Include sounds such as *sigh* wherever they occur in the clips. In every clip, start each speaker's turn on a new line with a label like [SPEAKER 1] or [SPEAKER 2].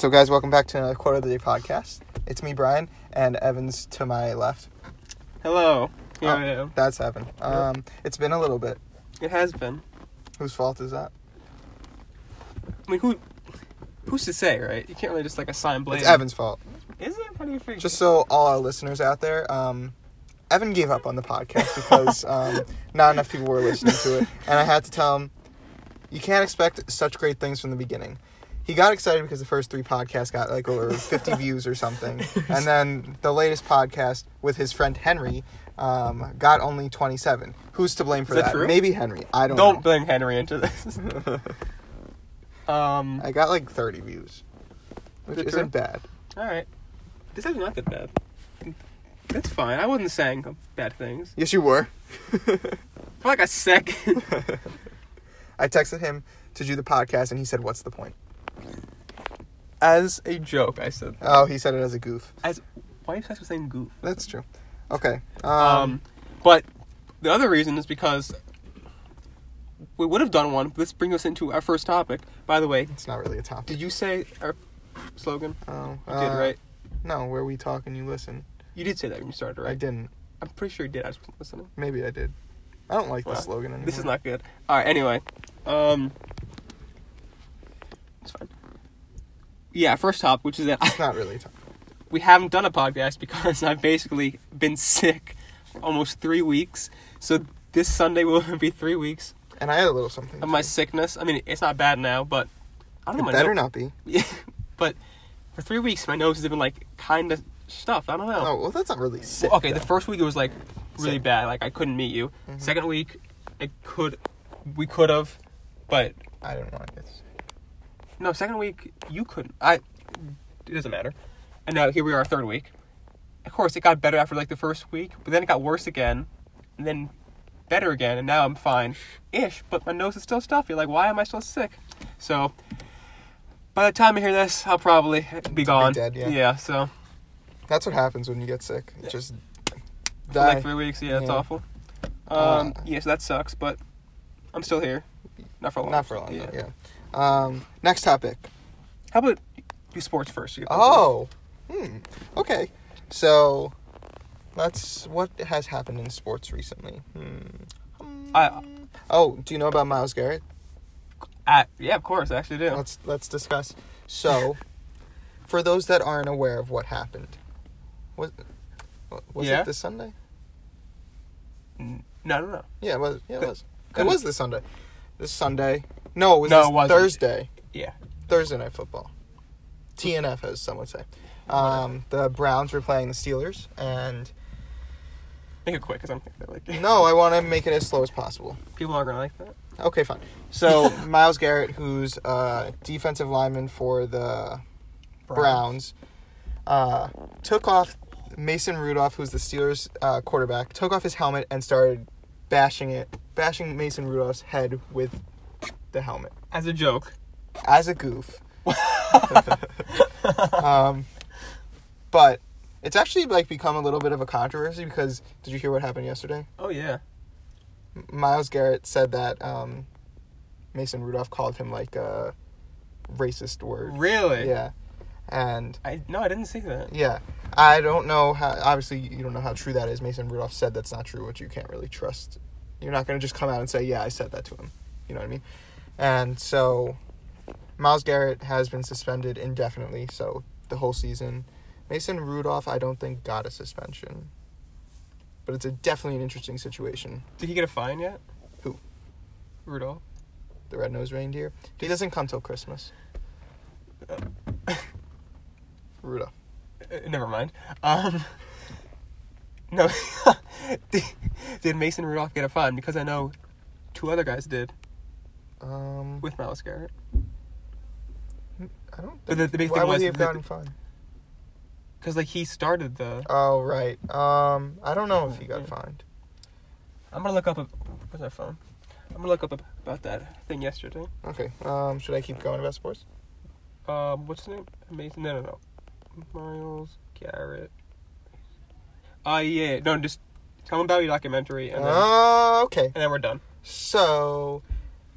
[SPEAKER 1] So, guys, welcome back to another Quarter of the Day podcast. It's me, Brian, and Evan's to my left.
[SPEAKER 2] Hello. Here
[SPEAKER 1] Oh,
[SPEAKER 2] I am.
[SPEAKER 1] That's Evan. Um, it's been a little bit.
[SPEAKER 2] It has been.
[SPEAKER 1] Whose fault is that?
[SPEAKER 2] I mean, who? Who's to say, right? You can't really just like assign blame.
[SPEAKER 1] It's Evan's fault.
[SPEAKER 2] Is it? How do you figure?
[SPEAKER 1] Just so all our listeners out there, um, Evan gave up on the podcast
[SPEAKER 2] *laughs*
[SPEAKER 1] because um, not enough people were listening to it, and I had to tell him, "You can't expect such great things from the beginning." He got excited because the first three podcasts got like over
[SPEAKER 2] *laughs*
[SPEAKER 1] 50 views or something, and then the latest podcast with his friend Henry um, got only 27. Who's to blame for
[SPEAKER 2] Is that
[SPEAKER 1] that?
[SPEAKER 2] true?
[SPEAKER 1] Maybe Henry. I don't.
[SPEAKER 2] Don't
[SPEAKER 1] know.
[SPEAKER 2] blame Henry
[SPEAKER 1] *laughs*
[SPEAKER 2] into this. um.
[SPEAKER 1] I got like 30 views, which
[SPEAKER 2] that
[SPEAKER 1] isn't
[SPEAKER 2] true?
[SPEAKER 1] bad.
[SPEAKER 2] All right. This is not that bad. That's fine. I wasn't saying bad things
[SPEAKER 1] Yes, you were.
[SPEAKER 2] for like
[SPEAKER 1] *laughs*
[SPEAKER 2] a second.
[SPEAKER 1] I texted him to do the podcast, and he said, "What's the point?"
[SPEAKER 2] As a joke, I said. That.
[SPEAKER 1] Oh, he said it as a goof.
[SPEAKER 2] As why are you obsessed with saying goof?
[SPEAKER 1] That's true. Okay. Um,
[SPEAKER 2] Um, but the other reason is because we would have done one. This brings us into our first topic. By the way,
[SPEAKER 1] it's not really a topic.
[SPEAKER 2] did you say our slogan?
[SPEAKER 1] Oh,
[SPEAKER 2] You
[SPEAKER 1] uh,
[SPEAKER 2] did right.
[SPEAKER 1] No, where we talk and you listen.
[SPEAKER 2] You did say that when you started, right?
[SPEAKER 1] I didn't.
[SPEAKER 2] I'm pretty sure you did. I just wasn't listening.
[SPEAKER 1] Maybe I did. I don't like
[SPEAKER 2] Wow.
[SPEAKER 1] this slogan anymore.
[SPEAKER 2] This is not good. All right. Anyway, um, it's fine. Yeah, first topic, which is that *laughs*
[SPEAKER 1] It's not really a topic.
[SPEAKER 2] we haven't done a podcast because *laughs* I've basically been sick for almost three weeks. So this Sunday will *laughs* be three weeks
[SPEAKER 1] And I had a little something.
[SPEAKER 2] of my
[SPEAKER 1] too.
[SPEAKER 2] sickness. I mean, it's not bad now, but I don't
[SPEAKER 1] It
[SPEAKER 2] know.
[SPEAKER 1] better
[SPEAKER 2] my *laughs*
[SPEAKER 1] not be.
[SPEAKER 2] nose, but for three weeks, my nose has been like kind of stuffed. I don't know.
[SPEAKER 1] Oh well, that's not really sick.
[SPEAKER 2] Well, okay, the first week it was like really
[SPEAKER 1] Sick.
[SPEAKER 2] bad. Like I couldn't meet you.
[SPEAKER 1] Mhm.
[SPEAKER 2] Second week, I could, we could have, but
[SPEAKER 1] I don't want this.
[SPEAKER 2] no. Second week you couldn't. I. It doesn't matter. And now here we are, third week. Of course, it got better after like the first week, but then it got worse again, and then better again, and now I'm fine, ish. But my nose is still stuffy. Like, why am I still sick? So, by the time I hear this, I'll probably be gone.
[SPEAKER 1] dead, yeah.
[SPEAKER 2] So,
[SPEAKER 1] That's what happens when you get sick. You just
[SPEAKER 2] for like
[SPEAKER 1] die.
[SPEAKER 2] three weeks. Yeah, it's
[SPEAKER 1] Yeah.
[SPEAKER 2] awful. Um,
[SPEAKER 1] Uh,
[SPEAKER 2] yeah, so that sucks, but I'm still here. Not for long.
[SPEAKER 1] Not for long. Yeah. yeah. Um, next topic.
[SPEAKER 2] How about do sports first? You get that first.
[SPEAKER 1] Oh. Hmm. Okay. So, let's. What has happened in sports recently? Hmm.
[SPEAKER 2] I,
[SPEAKER 1] Oh, do you know about Miles Garrett?
[SPEAKER 2] I, yeah, of course, I actually do.
[SPEAKER 1] Let's let's discuss. So, for those that aren't aware of what happened, was was
[SPEAKER 2] Yeah?
[SPEAKER 1] it this Sunday?
[SPEAKER 2] N- No, no, no.
[SPEAKER 1] Yeah, it was. Yeah, it
[SPEAKER 2] Could-
[SPEAKER 1] was. It
[SPEAKER 2] could-
[SPEAKER 1] was this Sunday. This Sunday. No, it was
[SPEAKER 2] No,
[SPEAKER 1] this
[SPEAKER 2] it wasn't.
[SPEAKER 1] Thursday.
[SPEAKER 2] Yeah.
[SPEAKER 1] Thursday night football. TNF, as some would say. Um, the Browns were playing the Steelers, and
[SPEAKER 2] Make it quick, because I don't think they like it.
[SPEAKER 1] no, I want to make it as slow as possible.
[SPEAKER 2] *laughs* People aren't going to like that.
[SPEAKER 1] Okay, fine. So Miles Garrett, who's a defensive lineman for the Browns, uh, took off Mason Rudolph, who's the Steelers uh, quarterback, took off his helmet and started bashing it, bashing Mason Rudolph's head with the helmet
[SPEAKER 2] As a joke.
[SPEAKER 1] as a goof. um, but it's actually like become a little bit of a controversy because did you hear what happened yesterday?
[SPEAKER 2] Oh, yeah.
[SPEAKER 1] M- Miles Garrett said that um, Mason Rudolph called him like a racist word.
[SPEAKER 2] Really?
[SPEAKER 1] Yeah, and
[SPEAKER 2] I, no, I didn't see that.
[SPEAKER 1] Yeah. I don't know how, obviously, you don't know how true that is. Mason Rudolph said that's not true, which you can't really trust. You're not going to just come out and say, yeah, I said that to him. You know what I mean? And so, Miles Garrett has been suspended indefinitely, so the whole season. Mason Rudolph, I don't think, got a suspension. But it's a, definitely an interesting situation.
[SPEAKER 2] Did he get a fine yet?
[SPEAKER 1] Who?
[SPEAKER 2] Rudolph.
[SPEAKER 1] The red nosed reindeer. He doesn't come till
[SPEAKER 2] *coughs*
[SPEAKER 1] Christmas. Rudolph.
[SPEAKER 2] Uh, never mind. Um, *laughs* no. *laughs* did, did Mason Rudolph get a fine? Because I know two other guys did
[SPEAKER 1] Um,
[SPEAKER 2] with Miles Garrett.
[SPEAKER 1] I don't
[SPEAKER 2] But
[SPEAKER 1] think.
[SPEAKER 2] the- the big
[SPEAKER 1] why
[SPEAKER 2] thing
[SPEAKER 1] would
[SPEAKER 2] was
[SPEAKER 1] he have
[SPEAKER 2] the-
[SPEAKER 1] gotten fined?
[SPEAKER 2] Because, like, he started the.
[SPEAKER 1] Oh right. Um, I don't know if he got
[SPEAKER 2] Yeah.
[SPEAKER 1] fined.
[SPEAKER 2] I'm gonna look up. A, where's my phone? I'm gonna look up ab- about that thing yesterday.
[SPEAKER 1] Okay. Um, should I keep going about sports?
[SPEAKER 2] Um, what's his name? Amazing. No, no, no. Miles Garrett. Uh, yeah. No, just tell him about your documentary, and then,
[SPEAKER 1] Oh, okay.
[SPEAKER 2] and then we're done.
[SPEAKER 1] So,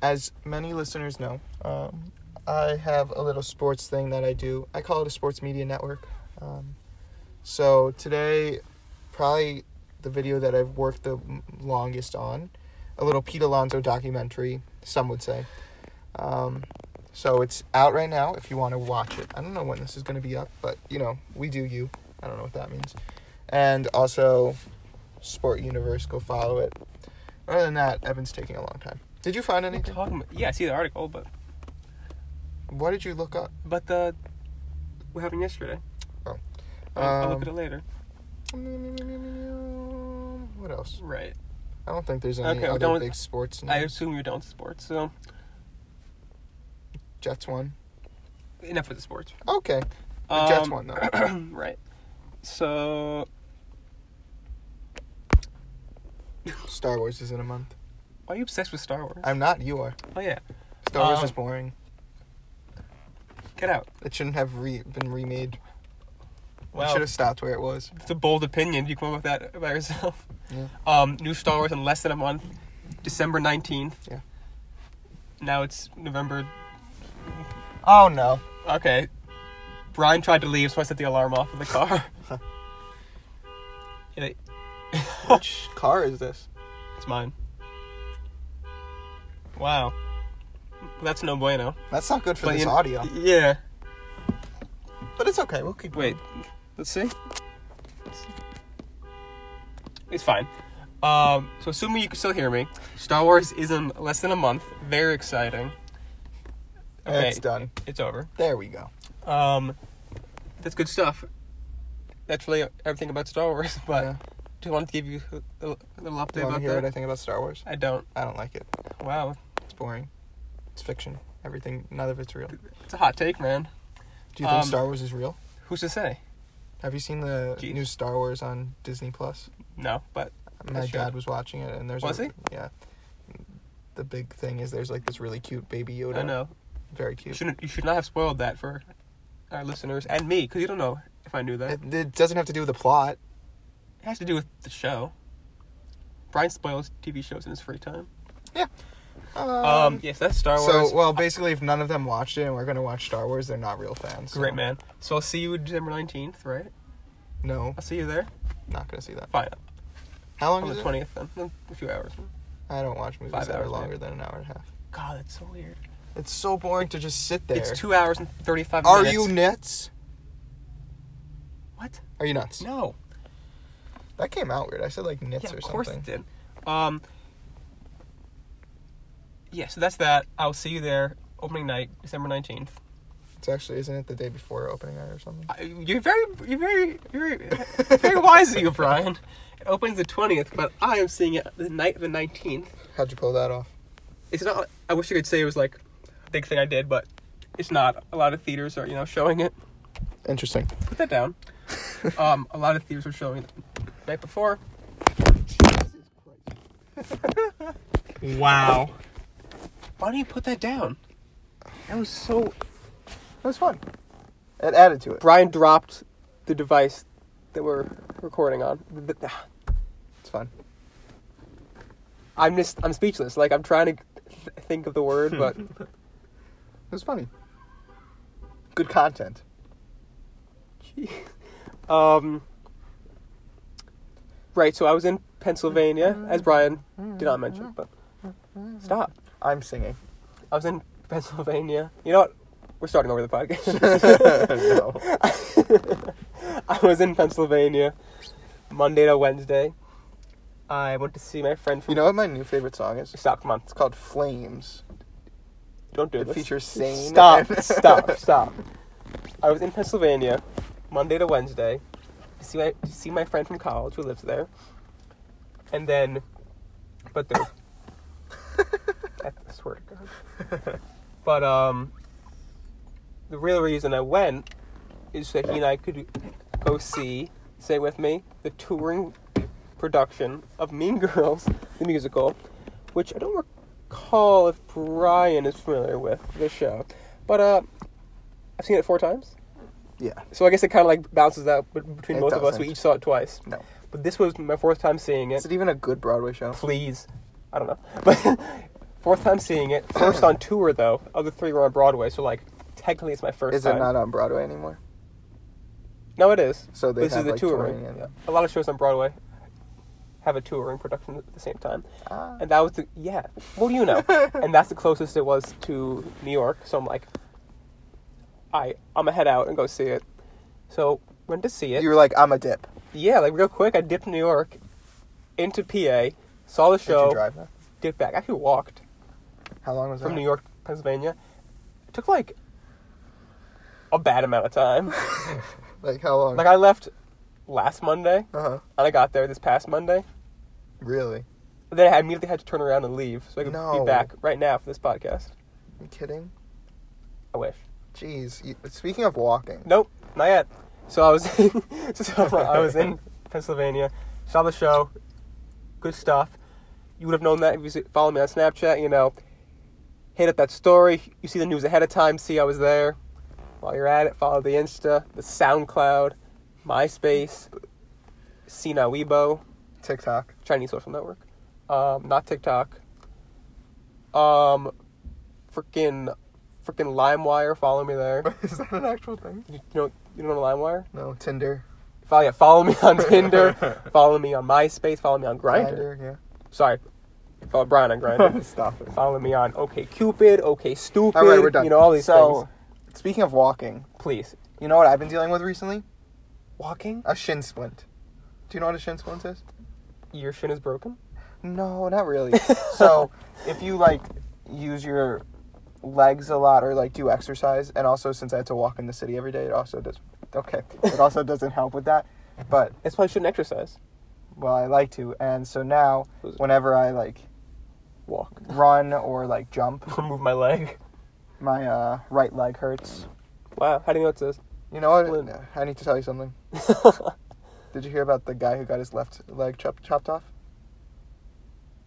[SPEAKER 1] as many listeners know, um, I have a little sports thing that I do. I call it a sports media network. Um, so today, probably the video that I've worked the m- longest on, a little Pete Alonso documentary, some would say. Um, so it's out right now if you want to watch it. I don't know when this is going to be up, but you know, we do you. I don't know what that means. And also, Sport Universe, go follow it. Other than that, Evan's taking a long time. Did you find
[SPEAKER 2] What are you
[SPEAKER 1] anything?
[SPEAKER 2] talking about? Yeah, I see the article, but
[SPEAKER 1] What did you look up?
[SPEAKER 2] but the what happened yesterday.
[SPEAKER 1] Oh.
[SPEAKER 2] I'll, I'll look
[SPEAKER 1] Um,
[SPEAKER 2] at it later.
[SPEAKER 1] What else?
[SPEAKER 2] Right.
[SPEAKER 1] I don't think there's any
[SPEAKER 2] Okay, we're
[SPEAKER 1] other
[SPEAKER 2] done with-
[SPEAKER 1] big sports.
[SPEAKER 2] I
[SPEAKER 1] news.
[SPEAKER 2] assume you're done with sports, so
[SPEAKER 1] Jets won.
[SPEAKER 2] enough with the sports.
[SPEAKER 1] Okay, the Jets
[SPEAKER 2] Um,
[SPEAKER 1] won though.
[SPEAKER 2] *clears throat* right. So
[SPEAKER 1] Star Wars is in a month.
[SPEAKER 2] why are you obsessed with Star Wars?
[SPEAKER 1] I'm not. You are.
[SPEAKER 2] oh yeah,
[SPEAKER 1] Star Wars
[SPEAKER 2] Um,
[SPEAKER 1] is boring.
[SPEAKER 2] get out.
[SPEAKER 1] It shouldn't have re- been remade. It
[SPEAKER 2] Wow,
[SPEAKER 1] should have stopped where it was.
[SPEAKER 2] it's a bold opinion. You come up with that by yourself.
[SPEAKER 1] Yeah.
[SPEAKER 2] Um, new Star Wars in less than a month, December nineteenth.
[SPEAKER 1] Yeah.
[SPEAKER 2] Now it's November.
[SPEAKER 1] Oh no.
[SPEAKER 2] Okay. Brian tried to leave, so I set the alarm off in
[SPEAKER 1] *laughs*
[SPEAKER 2] the car. *laughs* Yeah,
[SPEAKER 1] *laughs* Which car is this?
[SPEAKER 2] *laughs* It's mine. Wow. That's no bueno.
[SPEAKER 1] That's not good for
[SPEAKER 2] But
[SPEAKER 1] this
[SPEAKER 2] you-
[SPEAKER 1] audio.
[SPEAKER 2] Yeah.
[SPEAKER 1] But it's okay. We'll keep.
[SPEAKER 2] Wait. Let's see. It's fine. Um, so assuming you can still hear me, Star Wars is in less than a month. Very exciting.
[SPEAKER 1] going. It's done.
[SPEAKER 2] It's over.
[SPEAKER 1] There we go.
[SPEAKER 2] Um, that's good stuff. That's really everything about Star Wars. *laughs* But
[SPEAKER 1] Yeah.
[SPEAKER 2] just wanted to give you a little, a
[SPEAKER 1] You
[SPEAKER 2] little update
[SPEAKER 1] want to
[SPEAKER 2] about
[SPEAKER 1] hear what I
[SPEAKER 2] that.
[SPEAKER 1] think about Star Wars?
[SPEAKER 2] I don't.
[SPEAKER 1] I don't like it.
[SPEAKER 2] Wow,
[SPEAKER 1] It's boring. It's fiction. Everything. None of it's real. Do
[SPEAKER 2] it's a hot take, man.
[SPEAKER 1] you think
[SPEAKER 2] Um,
[SPEAKER 1] Star Wars is real?
[SPEAKER 2] Who's to say?
[SPEAKER 1] Have you seen the
[SPEAKER 2] Jeez.
[SPEAKER 1] new Star Wars on Disney Plus?
[SPEAKER 2] No, but
[SPEAKER 1] My
[SPEAKER 2] should.
[SPEAKER 1] dad was watching it, and there's
[SPEAKER 2] Was
[SPEAKER 1] a,
[SPEAKER 2] he?
[SPEAKER 1] Yeah. The big thing is there's like this really cute baby Yoda.
[SPEAKER 2] I know.
[SPEAKER 1] Very
[SPEAKER 2] You
[SPEAKER 1] cute.
[SPEAKER 2] shouldn't. You should not have spoiled that for our listeners and me, because you don't know if I knew that. It
[SPEAKER 1] It, it doesn't have to do with the plot.
[SPEAKER 2] has to do with the show. Brian spoils TV shows in his free time.
[SPEAKER 1] Um,
[SPEAKER 2] Um. Yes, that's Star Wars.
[SPEAKER 1] So, well, basically, if none of them watched it and we're going to watch Star Wars, they're not real fans. so-
[SPEAKER 2] Great man. So I'll see you December nineteenth, right?
[SPEAKER 1] No,
[SPEAKER 2] I'll see you there.
[SPEAKER 1] not going to see that.
[SPEAKER 2] Fine.
[SPEAKER 1] How long
[SPEAKER 2] On
[SPEAKER 1] is
[SPEAKER 2] the
[SPEAKER 1] it?
[SPEAKER 2] twentieth, then In a few hours.
[SPEAKER 1] I don't watch movies
[SPEAKER 2] Five
[SPEAKER 1] that are
[SPEAKER 2] hours, maybe.
[SPEAKER 1] longer than an hour and a half.
[SPEAKER 2] God, that's so weird.
[SPEAKER 1] It's so boring to just sit there.
[SPEAKER 2] It's two hours and thirty-five
[SPEAKER 1] Are
[SPEAKER 2] minutes.
[SPEAKER 1] you nuts?
[SPEAKER 2] What?
[SPEAKER 1] Are you nuts?
[SPEAKER 2] No.
[SPEAKER 1] That came out weird. I said like nits
[SPEAKER 2] Yeah,
[SPEAKER 1] or
[SPEAKER 2] of
[SPEAKER 1] something.
[SPEAKER 2] course it did. Um. Yeah, so that's that. I'll see you there opening night, December nineteenth.
[SPEAKER 1] It's actually isn't it the day before opening night or something?
[SPEAKER 2] I- You're very, you're very, very, very wise of you, Brian. It opens the twentieth, but I am seeing it the night of the nineteenth.
[SPEAKER 1] How'd you pull that off?
[SPEAKER 2] It's not. I wish I could say it was like a big thing I did, but it's not. A lot of theaters are, you know, showing it.
[SPEAKER 1] Interesting.
[SPEAKER 2] Put that down. um, a lot of theaters are showing it the night before. wow. Why do you put that down? That was so.
[SPEAKER 1] It was fun. It added to it.
[SPEAKER 2] Brian dropped the device that we're recording on. Th- th-
[SPEAKER 1] It's fun.
[SPEAKER 2] I'm just I'm speechless. Like I'm trying to th- think of
[SPEAKER 1] *laughs*
[SPEAKER 2] the word, but
[SPEAKER 1] It was funny. Good content.
[SPEAKER 2] um. Right, so I was in Pennsylvania, as Brian did not mention, but stop.
[SPEAKER 1] I'm
[SPEAKER 2] *laughs*
[SPEAKER 1] singing. *laughs*
[SPEAKER 2] I was in Pennsylvania. You know what? We're starting over the podcast. *laughs*
[SPEAKER 1] no.
[SPEAKER 2] I was in Pennsylvania, Monday to Wednesday. I went to see my friend from.
[SPEAKER 1] You know what my new favorite song is?
[SPEAKER 2] stop! Come on,
[SPEAKER 1] It's called Flames.
[SPEAKER 2] don't do
[SPEAKER 1] It
[SPEAKER 2] this.
[SPEAKER 1] features Sane.
[SPEAKER 2] Stop, stop, stop. I was in Pennsylvania, Monday to Wednesday, to see my to see my friend from college who lives there. And then but there I swear to God. But um the real reason I went is that he and I could go see, say with me, the touring production of Mean Girls, the musical, which I don't recall if Brian is familiar with the show, but uh, I've seen it four times.
[SPEAKER 1] yeah.
[SPEAKER 2] So I guess it kind of like bounces out be- between
[SPEAKER 1] It
[SPEAKER 2] both of us. We
[SPEAKER 1] doesn't.
[SPEAKER 2] each saw it twice.
[SPEAKER 1] No.
[SPEAKER 2] But this was my fourth time seeing it.
[SPEAKER 1] Is it even a good Broadway show?
[SPEAKER 2] Please, I don't know, but *laughs* Fourth time seeing it. First on tour though. Other three were on Broadway, so like technically it's my first
[SPEAKER 1] Is
[SPEAKER 2] time.
[SPEAKER 1] it not on Broadway anymore?
[SPEAKER 2] No, it is.
[SPEAKER 1] So they
[SPEAKER 2] this
[SPEAKER 1] have,
[SPEAKER 2] is the
[SPEAKER 1] like,
[SPEAKER 2] touring.
[SPEAKER 1] touring and-
[SPEAKER 2] Yeah. A lot of shows on Broadway have a touring production at the same time,
[SPEAKER 1] Ah.
[SPEAKER 2] and that was the yeah. Well, you know, and that's the closest it was to New York. So I'm like, I I'm gonna head out and go see it. So went to see it.
[SPEAKER 1] You were like, I'm a dip.
[SPEAKER 2] yeah, like real quick, I dipped New York into PA, saw the
[SPEAKER 1] Did you
[SPEAKER 2] show,
[SPEAKER 1] drive? that?
[SPEAKER 2] dipped back. I actually walked
[SPEAKER 1] How long was
[SPEAKER 2] from
[SPEAKER 1] that?
[SPEAKER 2] New York, to Pennsylvania. It took like a bad amount
[SPEAKER 1] *laughs*
[SPEAKER 2] of time.
[SPEAKER 1] Like how long?
[SPEAKER 2] like I left last Monday.
[SPEAKER 1] uh huh.
[SPEAKER 2] And I got there this past Monday.
[SPEAKER 1] Really?
[SPEAKER 2] And then I immediately had to turn around and leave so I could
[SPEAKER 1] No.
[SPEAKER 2] be back right now for this podcast.
[SPEAKER 1] you kidding?
[SPEAKER 2] I wish.
[SPEAKER 1] Jeez. You, speaking of walking,
[SPEAKER 2] Nope, not yet. So I was, *laughs* so I was in Pennsylvania, saw the show, good stuff. You would have known that if you follow me on Snapchat. You know, hit up that story. You see the news ahead of time. See I was there. While you're at it, follow the Insta, the SoundCloud, MySpace, Sina Weibo.
[SPEAKER 1] TikTok. *laughs*
[SPEAKER 2] Chinese social network, um, not TikTok. Um, freaking, freaking LimeWire. Follow me there.
[SPEAKER 1] *laughs* Is that an actual thing?
[SPEAKER 2] You know, you know LimeWire.
[SPEAKER 1] No, Tinder.
[SPEAKER 2] Follow, yeah, follow me *laughs* on Tinder. follow me on MySpace. Follow me on Grinder.
[SPEAKER 1] Grindr,
[SPEAKER 2] Sorry, follow Brian on *laughs*
[SPEAKER 1] yeah. *laughs*
[SPEAKER 2] Grinder.
[SPEAKER 1] Stop it.
[SPEAKER 2] follow me on OK Cupid, OK Stupid.
[SPEAKER 1] All right, we're done.
[SPEAKER 2] You know all these
[SPEAKER 1] So,
[SPEAKER 2] things.
[SPEAKER 1] speaking of walking,
[SPEAKER 2] Please,
[SPEAKER 1] you know what I've been dealing with recently?
[SPEAKER 2] walking.
[SPEAKER 1] A shin splint. Do you know what a shin splint is?
[SPEAKER 2] Your shin is broken.
[SPEAKER 1] No, not *laughs* really. so, if you like use your legs a lot or like do exercise, and also since I had to walk in the city every day, it also does. Okay, it *laughs* also doesn't help with that. But
[SPEAKER 2] That's why you shouldn't exercise.
[SPEAKER 1] well, I like to, and so now
[SPEAKER 2] Who's-
[SPEAKER 1] whenever I like
[SPEAKER 2] Walk.
[SPEAKER 1] run or like jump,
[SPEAKER 2] *laughs* Move my leg.
[SPEAKER 1] my uh, right leg hurts.
[SPEAKER 2] Wow. How do you know it's a
[SPEAKER 1] You know what?
[SPEAKER 2] Splint.
[SPEAKER 1] I need to tell you
[SPEAKER 2] *laughs*
[SPEAKER 1] something. Did you hear about the guy who got his left leg chop- chopped off?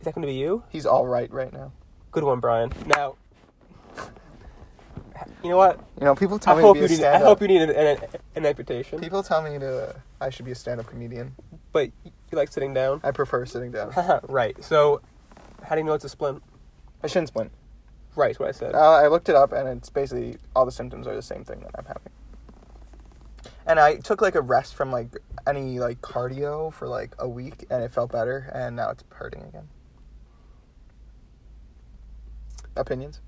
[SPEAKER 2] Is that going to be you?
[SPEAKER 1] He's all right right now.
[SPEAKER 2] Good one, Brian. Now, you know what?
[SPEAKER 1] You know, people tell
[SPEAKER 2] I
[SPEAKER 1] me
[SPEAKER 2] hope
[SPEAKER 1] to
[SPEAKER 2] you
[SPEAKER 1] be a
[SPEAKER 2] need. I
[SPEAKER 1] stand
[SPEAKER 2] hope
[SPEAKER 1] up.
[SPEAKER 2] you need an, an, an amputation.
[SPEAKER 1] People tell me to I should be a stand up comedian.
[SPEAKER 2] But you like sitting down. *laughs*
[SPEAKER 1] I prefer sitting down.
[SPEAKER 2] right. So, how do you know it's a splint?
[SPEAKER 1] A shin splint.
[SPEAKER 2] Right. is What I said.
[SPEAKER 1] Uh, I looked it up, and it's basically all the symptoms are the same thing that I'm having. And I took like a rest from like any like cardio for like a week, and it felt better, and now it's hurting again. Opinions?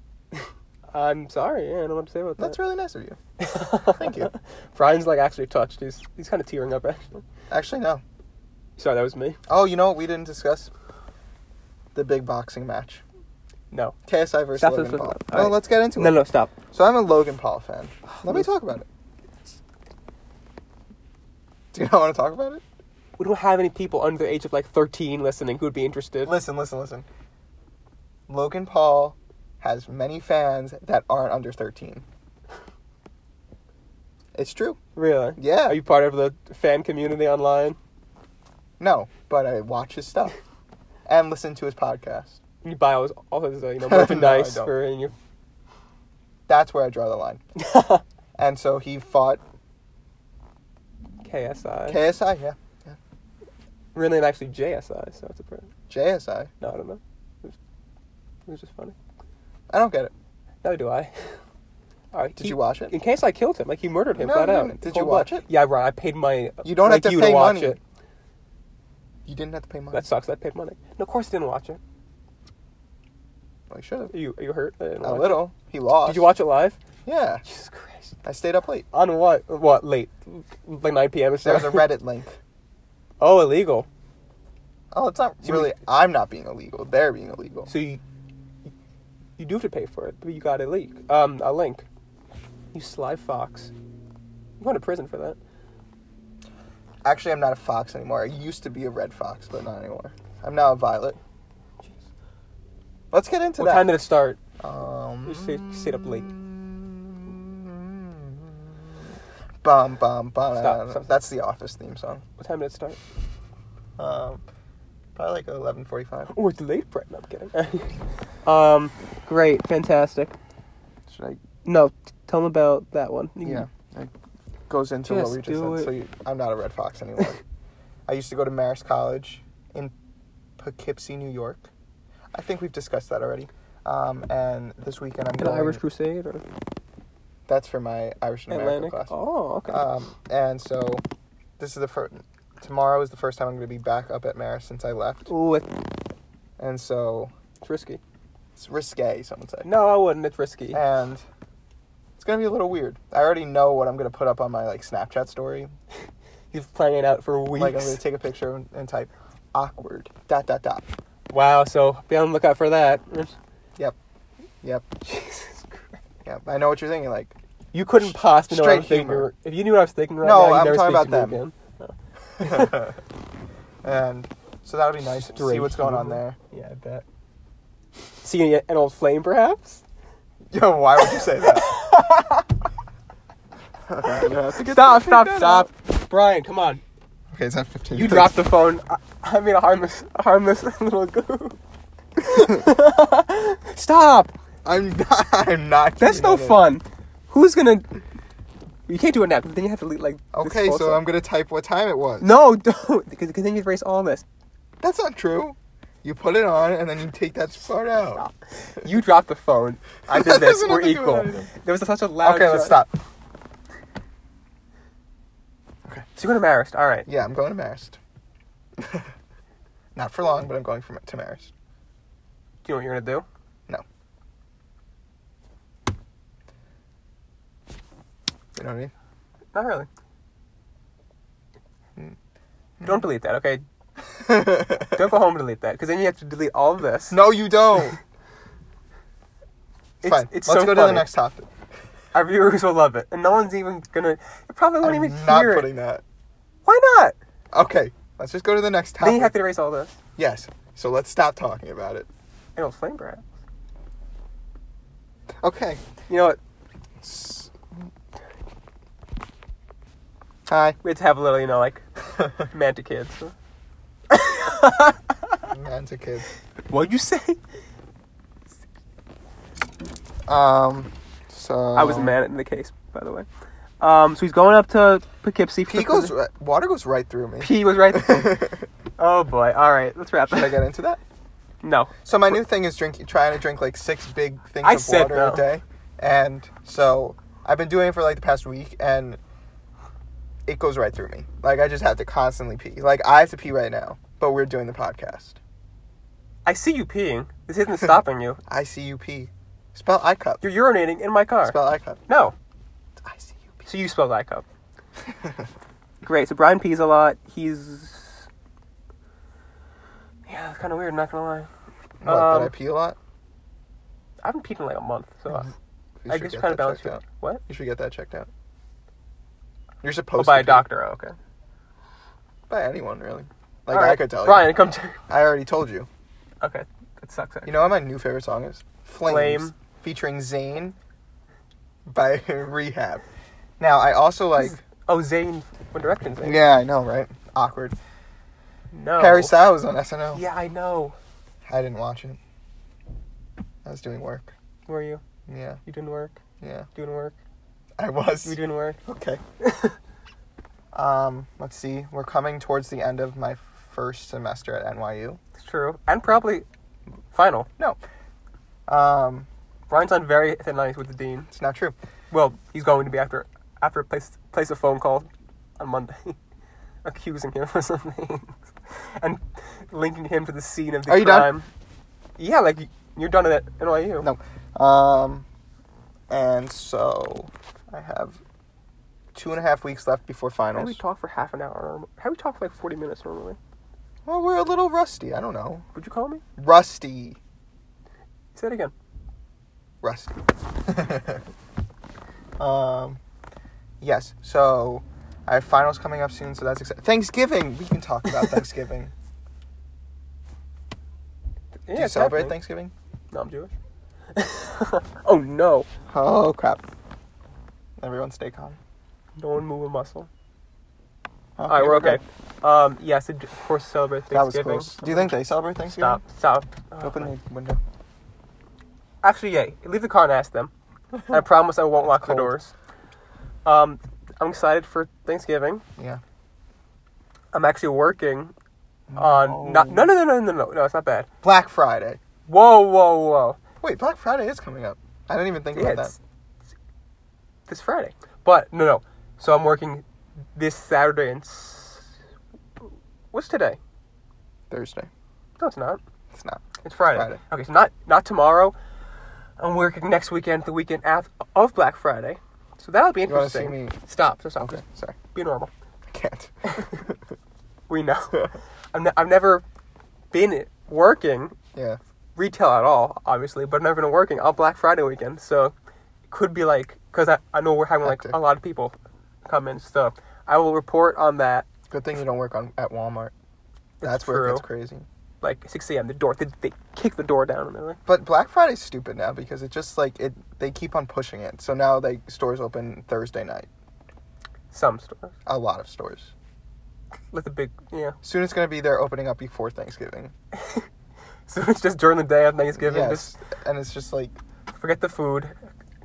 [SPEAKER 2] I'm sorry. Yeah, I don't know what to say about that.
[SPEAKER 1] That's really nice
[SPEAKER 2] *laughs*
[SPEAKER 1] of you. Thank you.
[SPEAKER 2] Brian's like actually touched. He's he's kind of tearing up actually.
[SPEAKER 1] Actually, no.
[SPEAKER 2] Sorry, that was me.
[SPEAKER 1] Oh, you know what we didn't discuss? The big boxing match.
[SPEAKER 2] No.
[SPEAKER 1] KSI versus
[SPEAKER 2] Stop
[SPEAKER 1] Logan
[SPEAKER 2] this-
[SPEAKER 1] Paul.
[SPEAKER 2] all
[SPEAKER 1] Well,
[SPEAKER 2] right.
[SPEAKER 1] let's get into
[SPEAKER 2] No,
[SPEAKER 1] it.
[SPEAKER 2] no, stop.
[SPEAKER 1] So I'm a Logan Paul fan. Let me talk about it. Do you not want to talk about it?
[SPEAKER 2] We don't have any people under the age of like 13 listening who would be interested.
[SPEAKER 1] Listen, listen, listen. Logan Paul has many fans that aren't under 13. It's true.
[SPEAKER 2] Really?
[SPEAKER 1] Yeah.
[SPEAKER 2] Are you part of the fan community online?
[SPEAKER 1] No, but I watch his stuff and listen to his podcast.
[SPEAKER 2] You buy all his, all his uh,
[SPEAKER 1] *laughs*
[SPEAKER 2] you know
[SPEAKER 1] No, I
[SPEAKER 2] merchandise
[SPEAKER 1] don't.
[SPEAKER 2] for
[SPEAKER 1] *laughs*
[SPEAKER 2] and you.
[SPEAKER 1] That's where I draw the line. and so he fought
[SPEAKER 2] KSI.
[SPEAKER 1] KSI, yeah.
[SPEAKER 2] Real name actually JSI, so it's a pro.
[SPEAKER 1] JSI.
[SPEAKER 2] No, I don't know. It was, it was just funny.
[SPEAKER 1] I don't get it.
[SPEAKER 2] No, do I? *laughs* All right.
[SPEAKER 1] Did you watch it?
[SPEAKER 2] In case I killed him, like he murdered him
[SPEAKER 1] No,
[SPEAKER 2] flat
[SPEAKER 1] no,
[SPEAKER 2] out.
[SPEAKER 1] no. Did
[SPEAKER 2] Cold
[SPEAKER 1] you watch
[SPEAKER 2] blood.
[SPEAKER 1] it?
[SPEAKER 2] Yeah, right. I paid money.
[SPEAKER 1] You don't
[SPEAKER 2] like
[SPEAKER 1] have to
[SPEAKER 2] you
[SPEAKER 1] pay
[SPEAKER 2] watch
[SPEAKER 1] money.
[SPEAKER 2] it.
[SPEAKER 1] You didn't have to pay money.
[SPEAKER 2] That sucks. I paid money. No, of course I didn't watch it.
[SPEAKER 1] I should have.
[SPEAKER 2] Are you are you hurt? I didn't
[SPEAKER 1] A
[SPEAKER 2] watch it.
[SPEAKER 1] little. He lost.
[SPEAKER 2] Did you watch it live?
[SPEAKER 1] Yeah.
[SPEAKER 2] Jesus Christ.
[SPEAKER 1] I stayed up late.
[SPEAKER 2] On what? What late? Like 9 p.m. or
[SPEAKER 1] There was a
[SPEAKER 2] *laughs* something.
[SPEAKER 1] Reddit link.
[SPEAKER 2] oh, illegal.
[SPEAKER 1] Oh, it's not
[SPEAKER 2] See, we-
[SPEAKER 1] really. I'm not being illegal. They're being illegal.
[SPEAKER 2] So you you do have to pay for it, but you got a leak. Um, a link. You sly fox. You going to prison for that?
[SPEAKER 1] Actually, I'm not a fox anymore. I used to be a red fox, but not anymore. I'm now a violet. Let's get into
[SPEAKER 2] what time
[SPEAKER 1] that.
[SPEAKER 2] did it start?
[SPEAKER 1] um,
[SPEAKER 2] You stayed, you stayed up late.
[SPEAKER 1] bum bum bum.
[SPEAKER 2] Stop,
[SPEAKER 1] Stop,
[SPEAKER 2] stop.
[SPEAKER 1] That's the Office theme song.
[SPEAKER 2] What time did it start? *laughs*
[SPEAKER 1] Um, probably like 11:45.
[SPEAKER 2] Oh, it's late, Brett. No, I'm kidding. *laughs* um, great, fantastic.
[SPEAKER 1] Should I?
[SPEAKER 2] No, t- tell them about that one. You can-
[SPEAKER 1] Yeah. It goes into what
[SPEAKER 2] Mm. Just
[SPEAKER 1] we just
[SPEAKER 2] do
[SPEAKER 1] said.
[SPEAKER 2] it.
[SPEAKER 1] So you, I'm not a red fox
[SPEAKER 2] *laughs*
[SPEAKER 1] anymore. I used to go to Marist College in Poughkeepsie, New York. I think we've discussed that already. Um, and this weekend I'm
[SPEAKER 2] An
[SPEAKER 1] going.
[SPEAKER 2] Irish Crusade or
[SPEAKER 1] That's for my Irish and American
[SPEAKER 2] Atlantic?
[SPEAKER 1] class.
[SPEAKER 2] Oh, okay.
[SPEAKER 1] Um, and so this is the first. Tomorrow is the first time I'm going to be back up at Maris since I left,
[SPEAKER 2] Ooh, it's
[SPEAKER 1] and so
[SPEAKER 2] risky.
[SPEAKER 1] it's risque. Some would say.
[SPEAKER 2] No, I wouldn't. It's risky.
[SPEAKER 1] and it's gonna be a little weird. I already know what I'm gonna put up on my like Snapchat story.
[SPEAKER 2] He's planning it out for weeks.
[SPEAKER 1] Like I'm gonna take a picture and, and type awkward dot dot dot.
[SPEAKER 2] wow, so be on the lookout for that.
[SPEAKER 1] Yep, yep,
[SPEAKER 2] Jesus Christ.
[SPEAKER 1] yep. I know what you're thinking. Like
[SPEAKER 2] You couldn't possibly know what I
[SPEAKER 1] straight
[SPEAKER 2] was thinking.
[SPEAKER 1] humor.
[SPEAKER 2] If you knew what I was thinking right
[SPEAKER 1] No,
[SPEAKER 2] now, you'd
[SPEAKER 1] I'm
[SPEAKER 2] never
[SPEAKER 1] talking
[SPEAKER 2] speak
[SPEAKER 1] about
[SPEAKER 2] to me
[SPEAKER 1] them.
[SPEAKER 2] again.
[SPEAKER 1] and so that'll be nice to see
[SPEAKER 2] Straight
[SPEAKER 1] what's going on
[SPEAKER 2] humor.
[SPEAKER 1] there. *laughs*
[SPEAKER 2] Yeah, I bet. Seeing an old flame, perhaps?
[SPEAKER 1] Yo, why would you say that? I'm gonna have to get that
[SPEAKER 2] Stop, stop,
[SPEAKER 1] figured
[SPEAKER 2] stop.
[SPEAKER 1] out.
[SPEAKER 2] Brian, come on.
[SPEAKER 1] *laughs* Okay, it's not 15. *laughs*
[SPEAKER 2] You dropped the phone. I, I made a harmless, a harmless *laughs*
[SPEAKER 1] *laughs*
[SPEAKER 2] little goof. Stop.
[SPEAKER 1] I'm not. I'm not.
[SPEAKER 2] That's
[SPEAKER 1] keeping
[SPEAKER 2] no
[SPEAKER 1] that in.
[SPEAKER 2] fun. Who's gonna? You can't do a nap. Then you have to leave, like. this
[SPEAKER 1] Okay,
[SPEAKER 2] false
[SPEAKER 1] so
[SPEAKER 2] up.
[SPEAKER 1] I'm gonna type what time it was.
[SPEAKER 2] No, don't. *laughs* Because because then you erase all this.
[SPEAKER 1] That's not true. You put it on and then you take that part out.
[SPEAKER 2] You dropped the phone.
[SPEAKER 1] *laughs*
[SPEAKER 2] I
[SPEAKER 1] That
[SPEAKER 2] did this.
[SPEAKER 1] doesn't
[SPEAKER 2] We're
[SPEAKER 1] have to do
[SPEAKER 2] equal.
[SPEAKER 1] anything.
[SPEAKER 2] There was such a loud.
[SPEAKER 1] okay, let's
[SPEAKER 2] drum.
[SPEAKER 1] stop.
[SPEAKER 2] So you're going to Marist. All right.
[SPEAKER 1] Yeah, I'm going to Marist. *laughs* Not for long, but I'm going from to Marist.
[SPEAKER 2] Do you know what you're gonna do?
[SPEAKER 1] You know what I
[SPEAKER 2] *laughs*
[SPEAKER 1] mean?
[SPEAKER 2] Not really.
[SPEAKER 1] Hmm.
[SPEAKER 2] Don't delete that, okay? Don't go home and delete that, because then you have to delete all of this.
[SPEAKER 1] No, you don't.
[SPEAKER 2] it's,
[SPEAKER 1] Fine.
[SPEAKER 2] It's
[SPEAKER 1] Let's
[SPEAKER 2] so
[SPEAKER 1] go to the
[SPEAKER 2] funny.
[SPEAKER 1] next topic.
[SPEAKER 2] Our viewers will love it, and no one's even gonna. They probably won't
[SPEAKER 1] I'm
[SPEAKER 2] even
[SPEAKER 1] not
[SPEAKER 2] hear
[SPEAKER 1] putting
[SPEAKER 2] it.
[SPEAKER 1] that.
[SPEAKER 2] Why not?
[SPEAKER 1] Okay, let's just go to the next topic.
[SPEAKER 2] Then you have to erase all this.
[SPEAKER 1] Yes. So let's stop talking about it.
[SPEAKER 2] And it'll flame brand.
[SPEAKER 1] Okay.
[SPEAKER 2] You know what?
[SPEAKER 1] S-
[SPEAKER 2] *laughs*
[SPEAKER 1] Hi.
[SPEAKER 2] We had to have a little, you know, like *laughs*
[SPEAKER 1] *laughs*
[SPEAKER 2] romantic kids.
[SPEAKER 1] Man's a kid.
[SPEAKER 2] What'd you say?
[SPEAKER 1] Um. So
[SPEAKER 2] I was a man in the case, by the way. Um, so he's going up to Poughkeepsie. for
[SPEAKER 1] P
[SPEAKER 2] the- *laughs*
[SPEAKER 1] goes. Ri- water goes right through *laughs* me.
[SPEAKER 2] P was right. there.
[SPEAKER 1] Should
[SPEAKER 2] oh boy. All right, let's wrap
[SPEAKER 1] I
[SPEAKER 2] it.
[SPEAKER 1] get into that?
[SPEAKER 2] No.
[SPEAKER 1] So my new thing is drink, trying to drink like six big things
[SPEAKER 2] I
[SPEAKER 1] of
[SPEAKER 2] said
[SPEAKER 1] water
[SPEAKER 2] no.
[SPEAKER 1] a day, and so I've been doing it for like the past week, and it goes right through me. Like I just have to constantly pee. Like I have to pee right now, but we're doing the podcast.
[SPEAKER 2] I see you peeing. This isn't stopping you.
[SPEAKER 1] I see you pee. Spell I cup.
[SPEAKER 2] You're urinating in my car.
[SPEAKER 1] Spell I cup.
[SPEAKER 2] no.
[SPEAKER 1] I see you pee.
[SPEAKER 2] So you spelled
[SPEAKER 1] *laughs*
[SPEAKER 2] that cup. Great. So Brian pees a lot. He's. Yeah, it's kind of weird, not gonna lie.
[SPEAKER 1] What,
[SPEAKER 2] Um,
[SPEAKER 1] did I pee a lot?
[SPEAKER 2] I haven't peed in like a month, so uh,
[SPEAKER 1] You
[SPEAKER 2] I
[SPEAKER 1] should
[SPEAKER 2] guess
[SPEAKER 1] get
[SPEAKER 2] trying to
[SPEAKER 1] that
[SPEAKER 2] balance
[SPEAKER 1] checked
[SPEAKER 2] you
[SPEAKER 1] out.
[SPEAKER 2] out. What?
[SPEAKER 1] You should get that checked out. You're
[SPEAKER 2] Oh,
[SPEAKER 1] supposed
[SPEAKER 2] by
[SPEAKER 1] to
[SPEAKER 2] a
[SPEAKER 1] pee.
[SPEAKER 2] doctor, oh, okay.
[SPEAKER 1] By anyone really. Like
[SPEAKER 2] All
[SPEAKER 1] I
[SPEAKER 2] right.
[SPEAKER 1] could tell
[SPEAKER 2] Brian,
[SPEAKER 1] you.
[SPEAKER 2] come to.
[SPEAKER 1] I already told you.
[SPEAKER 2] Okay, that sucks.
[SPEAKER 1] You know what my new favorite song is? Flames.
[SPEAKER 2] Flame.
[SPEAKER 1] Featuring Zayn by *laughs* Rehab. Now, I also like.
[SPEAKER 2] Oh, Zayn, One Direction Zayn.
[SPEAKER 1] Yeah, I know, right? Awkward.
[SPEAKER 2] No.
[SPEAKER 1] Harry Styles was on SNL.
[SPEAKER 2] Oh. Yeah, I know.
[SPEAKER 1] I didn't watch it. I was doing work.
[SPEAKER 2] Where are you?
[SPEAKER 1] Yeah,
[SPEAKER 2] You doing work?
[SPEAKER 1] yeah.
[SPEAKER 2] Doing work?
[SPEAKER 1] I was.
[SPEAKER 2] You doing work?
[SPEAKER 1] *laughs* Okay. um, let's see. We're coming towards the end of my first semester at NYU.
[SPEAKER 2] It's true. And probably final.
[SPEAKER 1] No. Um,
[SPEAKER 2] Brian's on very thin ice with the dean.
[SPEAKER 1] it's not true.
[SPEAKER 2] Well, he's going to be after after place place a phone call on Monday, *laughs* accusing him *laughs* of something and linking him to the scene of the
[SPEAKER 1] Are you done?
[SPEAKER 2] crime. Yeah, like you're done at NYU.
[SPEAKER 1] No. Um, and so I have two and a half weeks left before
[SPEAKER 2] How do we
[SPEAKER 1] finals.
[SPEAKER 2] talk for half an hour? norm- How do we talk for like forty minutes normally?
[SPEAKER 1] well, we're a little rusty. I don't know.
[SPEAKER 2] Would you call me?
[SPEAKER 1] Rusty.
[SPEAKER 2] Say it again.
[SPEAKER 1] Rusty. *laughs* um, yes. So I have finals coming up soon, so that's exciting. Thanksgiving. We can talk
[SPEAKER 2] *laughs*
[SPEAKER 1] about Thanksgiving.
[SPEAKER 2] Yeah,
[SPEAKER 1] Do you celebrate
[SPEAKER 2] exactly.
[SPEAKER 1] Thanksgiving?
[SPEAKER 2] No, I'm Jewish.
[SPEAKER 1] *laughs*
[SPEAKER 2] oh no!
[SPEAKER 1] Oh crap! Everyone, stay calm.
[SPEAKER 2] No one move a muscle.
[SPEAKER 1] Oh,
[SPEAKER 2] All right, we're okay. Um, yes, of course, celebrate
[SPEAKER 1] That was
[SPEAKER 2] Thanksgiving.
[SPEAKER 1] close. Do you think they celebrate Thanksgiving?
[SPEAKER 2] Stop! Stop! Uh,
[SPEAKER 1] Open the window.
[SPEAKER 2] Actually, yeah. Leave the car and
[SPEAKER 1] *laughs*
[SPEAKER 2] ask them. I promise I won't lock
[SPEAKER 1] cold.
[SPEAKER 2] the doors. Um, I'm excited for Thanksgiving.
[SPEAKER 1] Yeah.
[SPEAKER 2] I'm actually working Uh, on. Not, no, no, no, no, no, no. No, it's not bad.
[SPEAKER 1] Black Friday.
[SPEAKER 2] Whoa, whoa, whoa.
[SPEAKER 1] Wait, Black Friday is coming up. I didn't even think
[SPEAKER 2] Yeah,
[SPEAKER 1] about that.
[SPEAKER 2] it's, it's this Friday. But no, no. So I'm working this Saturday and s- what's today?
[SPEAKER 1] Thursday.
[SPEAKER 2] No, it's not.
[SPEAKER 1] It's not.
[SPEAKER 2] It's Friday.
[SPEAKER 1] Friday.
[SPEAKER 2] Okay, so not not tomorrow. I'm working next weekend, the weekend af- of Black Friday. So that'll be
[SPEAKER 1] You want to
[SPEAKER 2] interesting.
[SPEAKER 1] see me?
[SPEAKER 2] Stop. So stop.
[SPEAKER 1] Okay,
[SPEAKER 2] Just
[SPEAKER 1] sorry.
[SPEAKER 2] be normal.
[SPEAKER 1] I *laughs* can't. *laughs*
[SPEAKER 2] We know. I'm ne- I've never been working
[SPEAKER 1] yeah.
[SPEAKER 2] retail at all, obviously, but I've never been working on Black Friday weekend. So it could be like, because I, I know we're having like
[SPEAKER 1] Hectic.
[SPEAKER 2] a lot of people come in. So I will report on that
[SPEAKER 1] Good thing you don't work on at Walmart. That's where it
[SPEAKER 2] true.
[SPEAKER 1] gets crazy.
[SPEAKER 2] like 6 a.m. The door, they, they kick the door down and they're like,
[SPEAKER 1] But Black Friday's stupid now because it just like it they keep on pushing it. So now they stores open Thursday night.
[SPEAKER 2] some stores.
[SPEAKER 1] A lot of stores.
[SPEAKER 2] Like the big, yeah.
[SPEAKER 1] Soon it's gonna be they're opening up before Thanksgiving.
[SPEAKER 2] *laughs* So it's just during the day of Thanksgiving.
[SPEAKER 1] yes. And it's just *laughs* like
[SPEAKER 2] Just forget the food.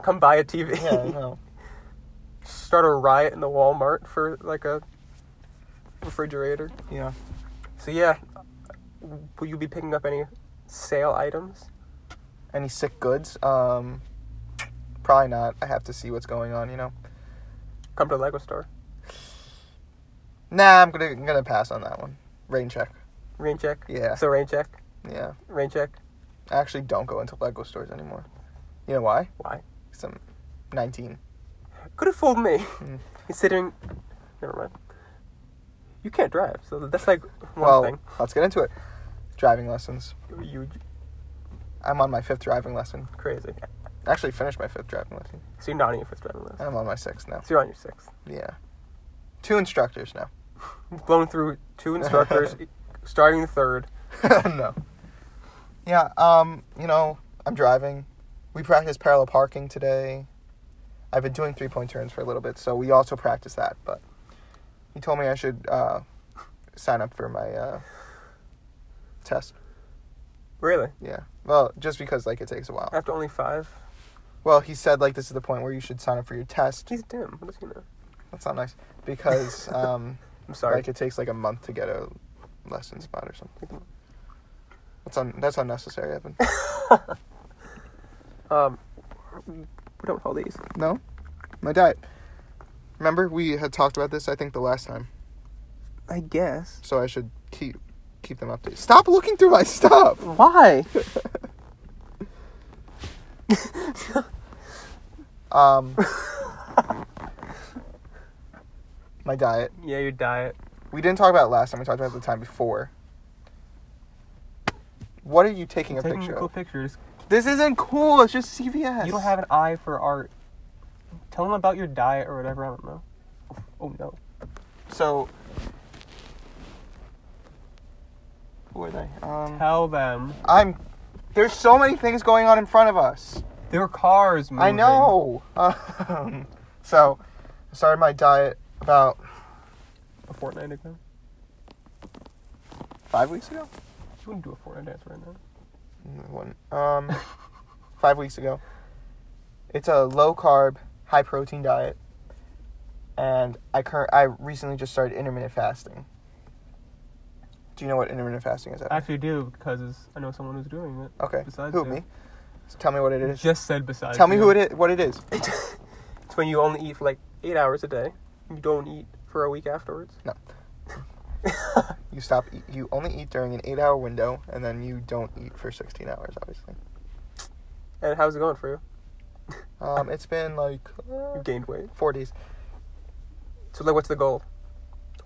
[SPEAKER 2] Come buy a TV.
[SPEAKER 1] yeah, I know.
[SPEAKER 2] *laughs* Start a riot in the Walmart for like a refrigerator.
[SPEAKER 1] Yeah.
[SPEAKER 2] So yeah, will you be picking up any sale items?
[SPEAKER 1] Any sick goods? Um probably not. I have to see what's going on, you know.
[SPEAKER 2] Come to the Lego store.
[SPEAKER 1] Nah, I'm gonna I'm gonna pass on that one. Rain check.
[SPEAKER 2] Rain check.
[SPEAKER 1] Yeah.
[SPEAKER 2] So rain check.
[SPEAKER 1] Yeah.
[SPEAKER 2] Rain check.
[SPEAKER 1] I actually don't go into Lego stores anymore. You know why?
[SPEAKER 2] Why?
[SPEAKER 1] 'Cause I'm nineteen. Hmm.
[SPEAKER 2] Could have fooled me. *laughs* Considering, never mind. You can't drive, so that's like one
[SPEAKER 1] Well,
[SPEAKER 2] thing.
[SPEAKER 1] let's get into it. Driving lessons.
[SPEAKER 2] You
[SPEAKER 1] I'm on my fifth driving lesson.
[SPEAKER 2] crazy.
[SPEAKER 1] Actually, finished my fifth driving lesson.
[SPEAKER 2] So you're not on your first driving list.
[SPEAKER 1] I'm on my sixth now.
[SPEAKER 2] So you're on your sixth.
[SPEAKER 1] Yeah, two instructors now.
[SPEAKER 2] Blown through
[SPEAKER 1] *laughs*
[SPEAKER 2] two instructors, starting the third.
[SPEAKER 1] no. Yeah. Um. You know, I'm driving. We practiced parallel parking today. I've been doing three point turns for a little bit, so we also practice that. But he told me I should uh, sign up for my uh, test.
[SPEAKER 2] Really?
[SPEAKER 1] Yeah. Well, just because like it takes a while.
[SPEAKER 2] After only five?
[SPEAKER 1] Well, he said like this is the point where you should sign up for your test.
[SPEAKER 2] He's dim. What does he know?
[SPEAKER 1] That's not nice because um,
[SPEAKER 2] I'm sorry.
[SPEAKER 1] Like it takes like a month to get a lesson spot or something. That's un- that's unnecessary, Evan.
[SPEAKER 2] Um, we don't hold these.
[SPEAKER 1] no, my diet. Remember we had talked about this. I think the last time,
[SPEAKER 2] I guess.
[SPEAKER 1] so I should keep keep them updated. Stop looking through my stuff. *laughs*
[SPEAKER 2] Why?
[SPEAKER 1] Um, *laughs* my diet.
[SPEAKER 2] yeah, your diet.
[SPEAKER 1] We didn't talk about it last time. We talked about it the time before. What are you taking a
[SPEAKER 2] Taking
[SPEAKER 1] picture
[SPEAKER 2] cool
[SPEAKER 1] of?
[SPEAKER 2] pictures.
[SPEAKER 1] This isn't cool. It's just CVS.
[SPEAKER 2] You don't have an eye for art. Tell them about your diet or whatever. I don't know. Oh no.
[SPEAKER 1] So. Who are they? Um,
[SPEAKER 2] Tell them
[SPEAKER 1] I'm. There's so many things going on in front of us.
[SPEAKER 2] there were cars. Moving.
[SPEAKER 1] I know. *laughs* Um, so, I started my diet about
[SPEAKER 2] A fortnight ago.
[SPEAKER 1] five weeks ago.
[SPEAKER 2] You wouldn't do a fortnight dance right now.
[SPEAKER 1] Mm, One. Um, *laughs* five weeks ago. It's a low carb, high protein diet, and I current I recently just started intermittent fasting. Do you know what intermittent fasting is? Evan?
[SPEAKER 2] I actually do because it's- I know someone who's doing it.
[SPEAKER 1] okay.
[SPEAKER 2] Besides
[SPEAKER 1] Who
[SPEAKER 2] you.
[SPEAKER 1] me? Tell me what it is.
[SPEAKER 2] Just said besides.
[SPEAKER 1] Tell me
[SPEAKER 2] you.
[SPEAKER 1] who it is. What it is.
[SPEAKER 2] It's when you only eat for like eight hours a day. You don't eat for a week afterwards.
[SPEAKER 1] No. You stop. eat- You only eat during an eight-hour window, and then you don't eat for sixteen hours. Obviously,
[SPEAKER 2] and how's it going for you?
[SPEAKER 1] um, it's been like uh,
[SPEAKER 2] You gained weight.
[SPEAKER 1] four days.
[SPEAKER 2] So like, what's the goal?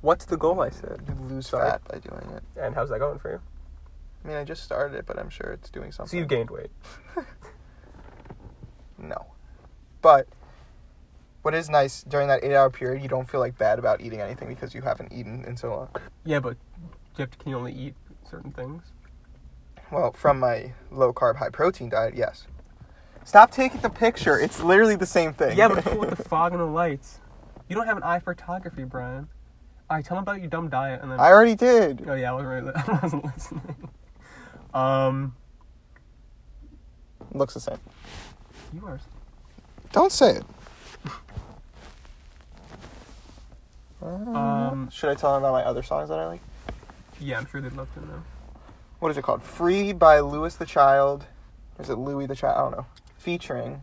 [SPEAKER 2] What's the goal? I said.
[SPEAKER 1] You lose
[SPEAKER 2] Sorry.
[SPEAKER 1] fat by doing it.
[SPEAKER 2] And how's that going for you?
[SPEAKER 1] I mean, I just started it, but I'm sure it's doing something.
[SPEAKER 2] So you gained weight.
[SPEAKER 1] No, but what is nice during that eight-hour period, you don't feel like bad about eating anything because you haven't eaten in so long.
[SPEAKER 2] Yeah, but you have to can you only eat certain things?
[SPEAKER 1] Well, from my low-carb, high-protein diet, yes. Stop taking the picture. It's literally the same thing.
[SPEAKER 2] Yeah, but
[SPEAKER 1] *laughs*
[SPEAKER 2] cool with the fog and the lights. You don't have an eye for photography, Brian. All right, tell them about your dumb diet, and then.
[SPEAKER 1] I already did.
[SPEAKER 2] oh yeah, I wasn't, really, *laughs* I wasn't listening. Um,
[SPEAKER 1] Looks the same.
[SPEAKER 2] you are.
[SPEAKER 1] Don't say it.
[SPEAKER 2] Um,
[SPEAKER 1] Should I tell them about my other songs that I like?
[SPEAKER 2] yeah, I'm sure they'd love to know.
[SPEAKER 1] What is it called? Free by Lewis the Child, Or is it Louis the Child? I don't know. Featuring.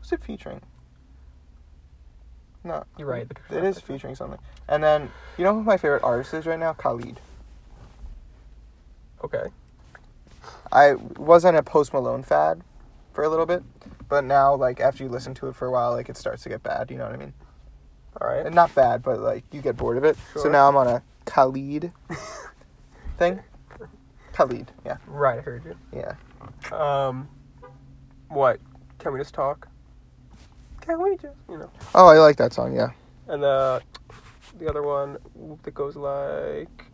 [SPEAKER 1] Who's it featuring? No.
[SPEAKER 2] You're right.
[SPEAKER 1] It is featuring something. And then, you know who my favorite artist is right now? Khalid.
[SPEAKER 2] Okay.
[SPEAKER 1] I was on a Post Malone fad for a little bit, but now, like, after you listen to it for a while, like, it starts to get bad. You know what I mean?
[SPEAKER 2] All right.
[SPEAKER 1] And not bad, but, like, you get bored of it. So
[SPEAKER 2] Sure.
[SPEAKER 1] now I'm on a
[SPEAKER 2] *laughs*
[SPEAKER 1] Khalid thing. Khalid, yeah,
[SPEAKER 2] right. I heard you.
[SPEAKER 1] yeah.
[SPEAKER 2] Um, what? Can we just talk? Can we just, you know?
[SPEAKER 1] Oh, I like that song, yeah.
[SPEAKER 2] And uh, the other one that goes like,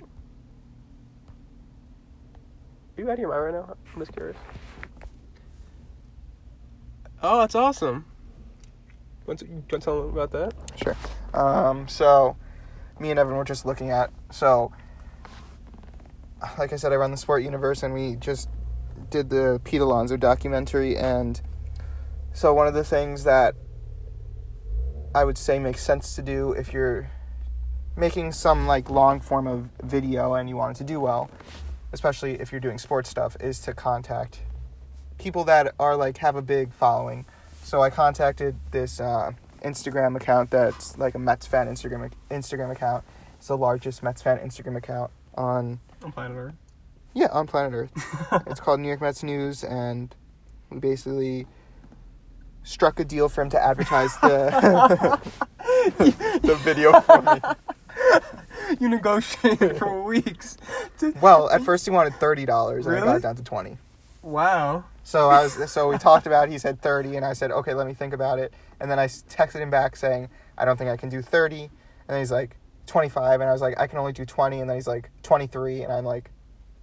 [SPEAKER 2] are you out of your mind right now? I'm just curious. Oh, that's awesome. Want to, you want to tell them about that?
[SPEAKER 1] Sure. Um, so, me and Evan were just looking at. So, like I said, I run the Sport Universe, and we just did the Pete Alonso documentary. And so, one of the things that I would say makes sense to do if you're making some like long form of video and you want it to do well, especially if you're doing sports stuff, is to contact people that are like have a big following. So I contacted this uh, Instagram account that's like a Mets fan Instagram Instagram account. It's the largest Mets fan Instagram account on
[SPEAKER 2] I'm planning on.
[SPEAKER 1] yeah on planet Earth. it's called New York Mets News, and we basically struck a deal for him to advertise the *laughs* the video for me.
[SPEAKER 2] *laughs* You negotiated *laughs* for weeks. To,
[SPEAKER 1] Well, at first he wanted thirty dollars, and I got
[SPEAKER 2] Really?
[SPEAKER 1] it down to twenty.
[SPEAKER 2] wow.
[SPEAKER 1] So I was so we talked about it. He said 30 and I said, "Okay, let me think about it." And then I s- texted him back saying, "I don't think I can do 30." And then he's like, "25." And I was like, "I can only do 20." And then he's like, "23." And I'm like,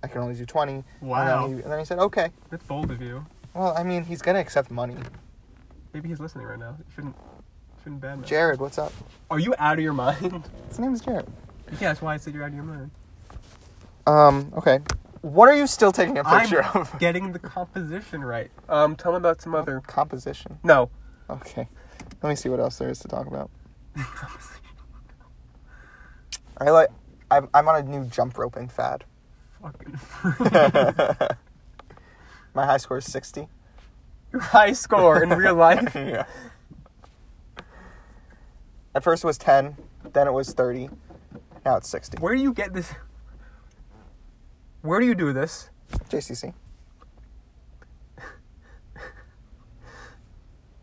[SPEAKER 1] "I can only do 20."
[SPEAKER 2] Wow.
[SPEAKER 1] And then he, and then he said, "Okay."
[SPEAKER 2] That's bold of you.
[SPEAKER 1] Well, I mean, he's going to accept money.
[SPEAKER 2] Maybe he's listening right now. You shouldn't, shouldn't ban that.
[SPEAKER 1] Jared, what's up?
[SPEAKER 2] Are you out of your mind? *laughs*
[SPEAKER 1] His name is Jared.
[SPEAKER 2] yeah, that's why I said you're out of your mind.
[SPEAKER 1] Um, okay. What are you still taking a
[SPEAKER 2] I'm
[SPEAKER 1] picture
[SPEAKER 2] *laughs*
[SPEAKER 1] of? *laughs*
[SPEAKER 2] getting the composition right. Um, tell me about some other.
[SPEAKER 1] Composition.
[SPEAKER 2] No.
[SPEAKER 1] Okay. Let me see what else there is to talk about. I like I'm, I'm on a new jump roping fad.
[SPEAKER 2] Fucking.
[SPEAKER 1] *laughs*
[SPEAKER 2] *laughs*
[SPEAKER 1] My high score is 60.
[SPEAKER 2] Your high score in real life.
[SPEAKER 1] *laughs* yeah. At first it was 10, then it was 30, now it's 60.
[SPEAKER 2] Where do you get this? Where do you do this?
[SPEAKER 1] JCC.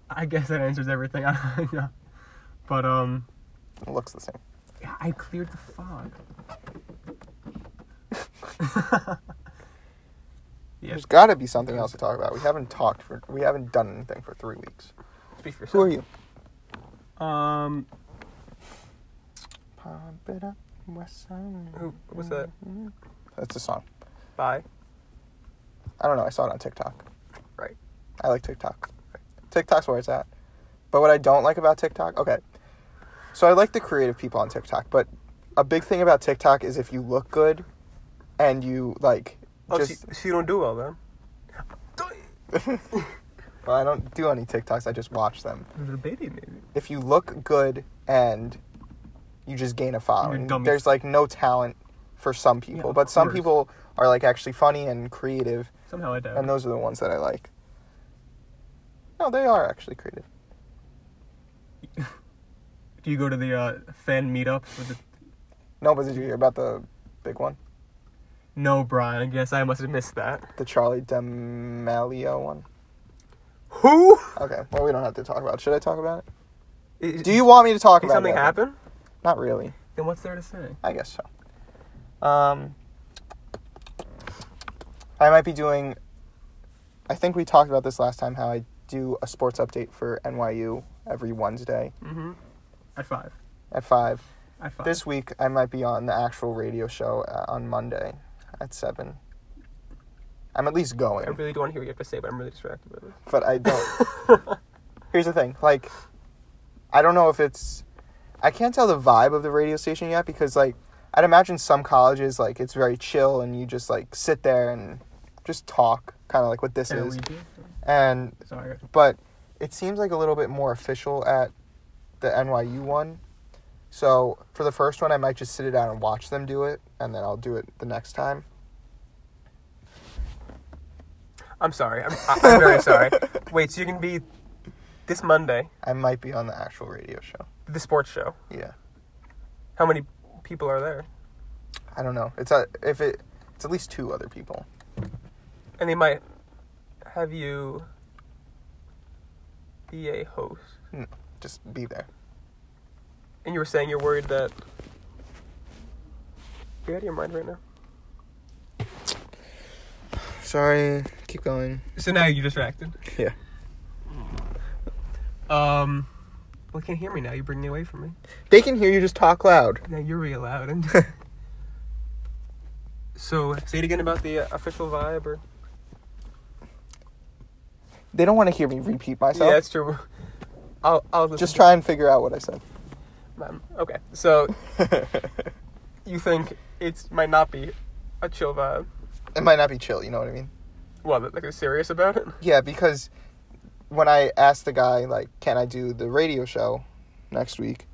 [SPEAKER 2] I guess that answers everything. *laughs* I don't know. But um,
[SPEAKER 1] It looks the same.
[SPEAKER 2] yeah, I cleared the fog. *laughs* yes.
[SPEAKER 1] There's got to be something else to talk about. We haven't talked for we haven't done anything for 3 weeks.
[SPEAKER 2] Speak for
[SPEAKER 1] Who are you?
[SPEAKER 2] you? Um.
[SPEAKER 1] Pump it up, West Side.
[SPEAKER 2] Who? What's that?
[SPEAKER 1] That's a song.
[SPEAKER 2] Bye.
[SPEAKER 1] I don't know. I saw it on TikTok.
[SPEAKER 2] Right.
[SPEAKER 1] I like TikTok. TikTok's where it's at. But what I don't like about TikTok, okay. So I like the creative people on TikTok, but a big thing about TikTok is if you look good and you like
[SPEAKER 2] Oh,
[SPEAKER 1] just
[SPEAKER 2] so, so you don't do well then.
[SPEAKER 1] well, I don't do any TikToks, I just watch them.
[SPEAKER 2] They're baiting me.
[SPEAKER 1] If you look good and you just gain a following,
[SPEAKER 2] dummy.
[SPEAKER 1] there's like no talent for some people,
[SPEAKER 2] of
[SPEAKER 1] but some
[SPEAKER 2] course.
[SPEAKER 1] people are like actually funny and creative,
[SPEAKER 2] Somehow I doubt.
[SPEAKER 1] and those are the ones that I like. No, they are actually creative.
[SPEAKER 2] Do you go to the uh, fan meetups with the?
[SPEAKER 1] No, but did you hear about the big one?
[SPEAKER 2] No, Brian. I guess I must have missed that.
[SPEAKER 1] The Charlie D'Amelio one?
[SPEAKER 2] Who?
[SPEAKER 1] Okay, well, we don't have to talk about it. Should I talk about it?
[SPEAKER 2] Is,
[SPEAKER 1] Do you want me to talk
[SPEAKER 2] did
[SPEAKER 1] about
[SPEAKER 2] something
[SPEAKER 1] that?
[SPEAKER 2] happen?
[SPEAKER 1] Not really.
[SPEAKER 2] Then what's there to say?
[SPEAKER 1] I guess so. Um, I might be doing. I think we talked about this last time how I do a sports update for NYU every Wednesday
[SPEAKER 2] Mm-hmm. At five.
[SPEAKER 1] at 5.
[SPEAKER 2] At five.
[SPEAKER 1] This week, I might be on the actual radio show uh, on Monday at 7. I'm at least
[SPEAKER 2] I
[SPEAKER 1] going,
[SPEAKER 2] really don't want to hear what you have to say, but I'm really distracted by this.
[SPEAKER 1] but I don't. Here's the thing like, I don't know if it's. I can't tell the vibe of the radio station yet because like I'd imagine some colleges like it's very chill and you just like sit there and just talk kind of like what this
[SPEAKER 2] Can I
[SPEAKER 1] is
[SPEAKER 2] leave you?
[SPEAKER 1] and
[SPEAKER 2] Sorry.
[SPEAKER 1] but it seems like a little bit more official at the NYU one. So for the first one I might just sit it down and watch them do it and then I'll do it the next time.
[SPEAKER 2] I'm sorry. I'm, I- I'm very *laughs* sorry. Wait, so you're gonna be this Monday,
[SPEAKER 1] I might be on the actual radio show.
[SPEAKER 2] the sports show.
[SPEAKER 1] Yeah.
[SPEAKER 2] How many people are there?
[SPEAKER 1] I don't know. It's a, if it it's at least two other people.
[SPEAKER 2] And they might have you be a host.
[SPEAKER 1] No, just be there.
[SPEAKER 2] And you were saying you're worried that you're out of your mind right now.
[SPEAKER 1] Sorry. Keep going.
[SPEAKER 2] So now you're distracted.
[SPEAKER 1] Yeah.
[SPEAKER 2] Um, well, you can't hear me now. You're bringing me away from me.
[SPEAKER 1] They can hear you just talk loud.
[SPEAKER 2] Now you're real loud.
[SPEAKER 1] *laughs*
[SPEAKER 2] And so say it again about the uh, official vibe, or
[SPEAKER 1] They don't want to hear me repeat myself.
[SPEAKER 2] yeah, that's true. I'll I'll listen
[SPEAKER 1] just
[SPEAKER 2] to-
[SPEAKER 1] try and figure out what I *laughs* said.
[SPEAKER 2] Um, okay, so you think it might not be a chill vibe?
[SPEAKER 1] It might not be chill, you know what I mean?
[SPEAKER 2] Well, like they're serious about it.
[SPEAKER 1] Yeah, because when I asked the guy, like, can I do the radio show next week?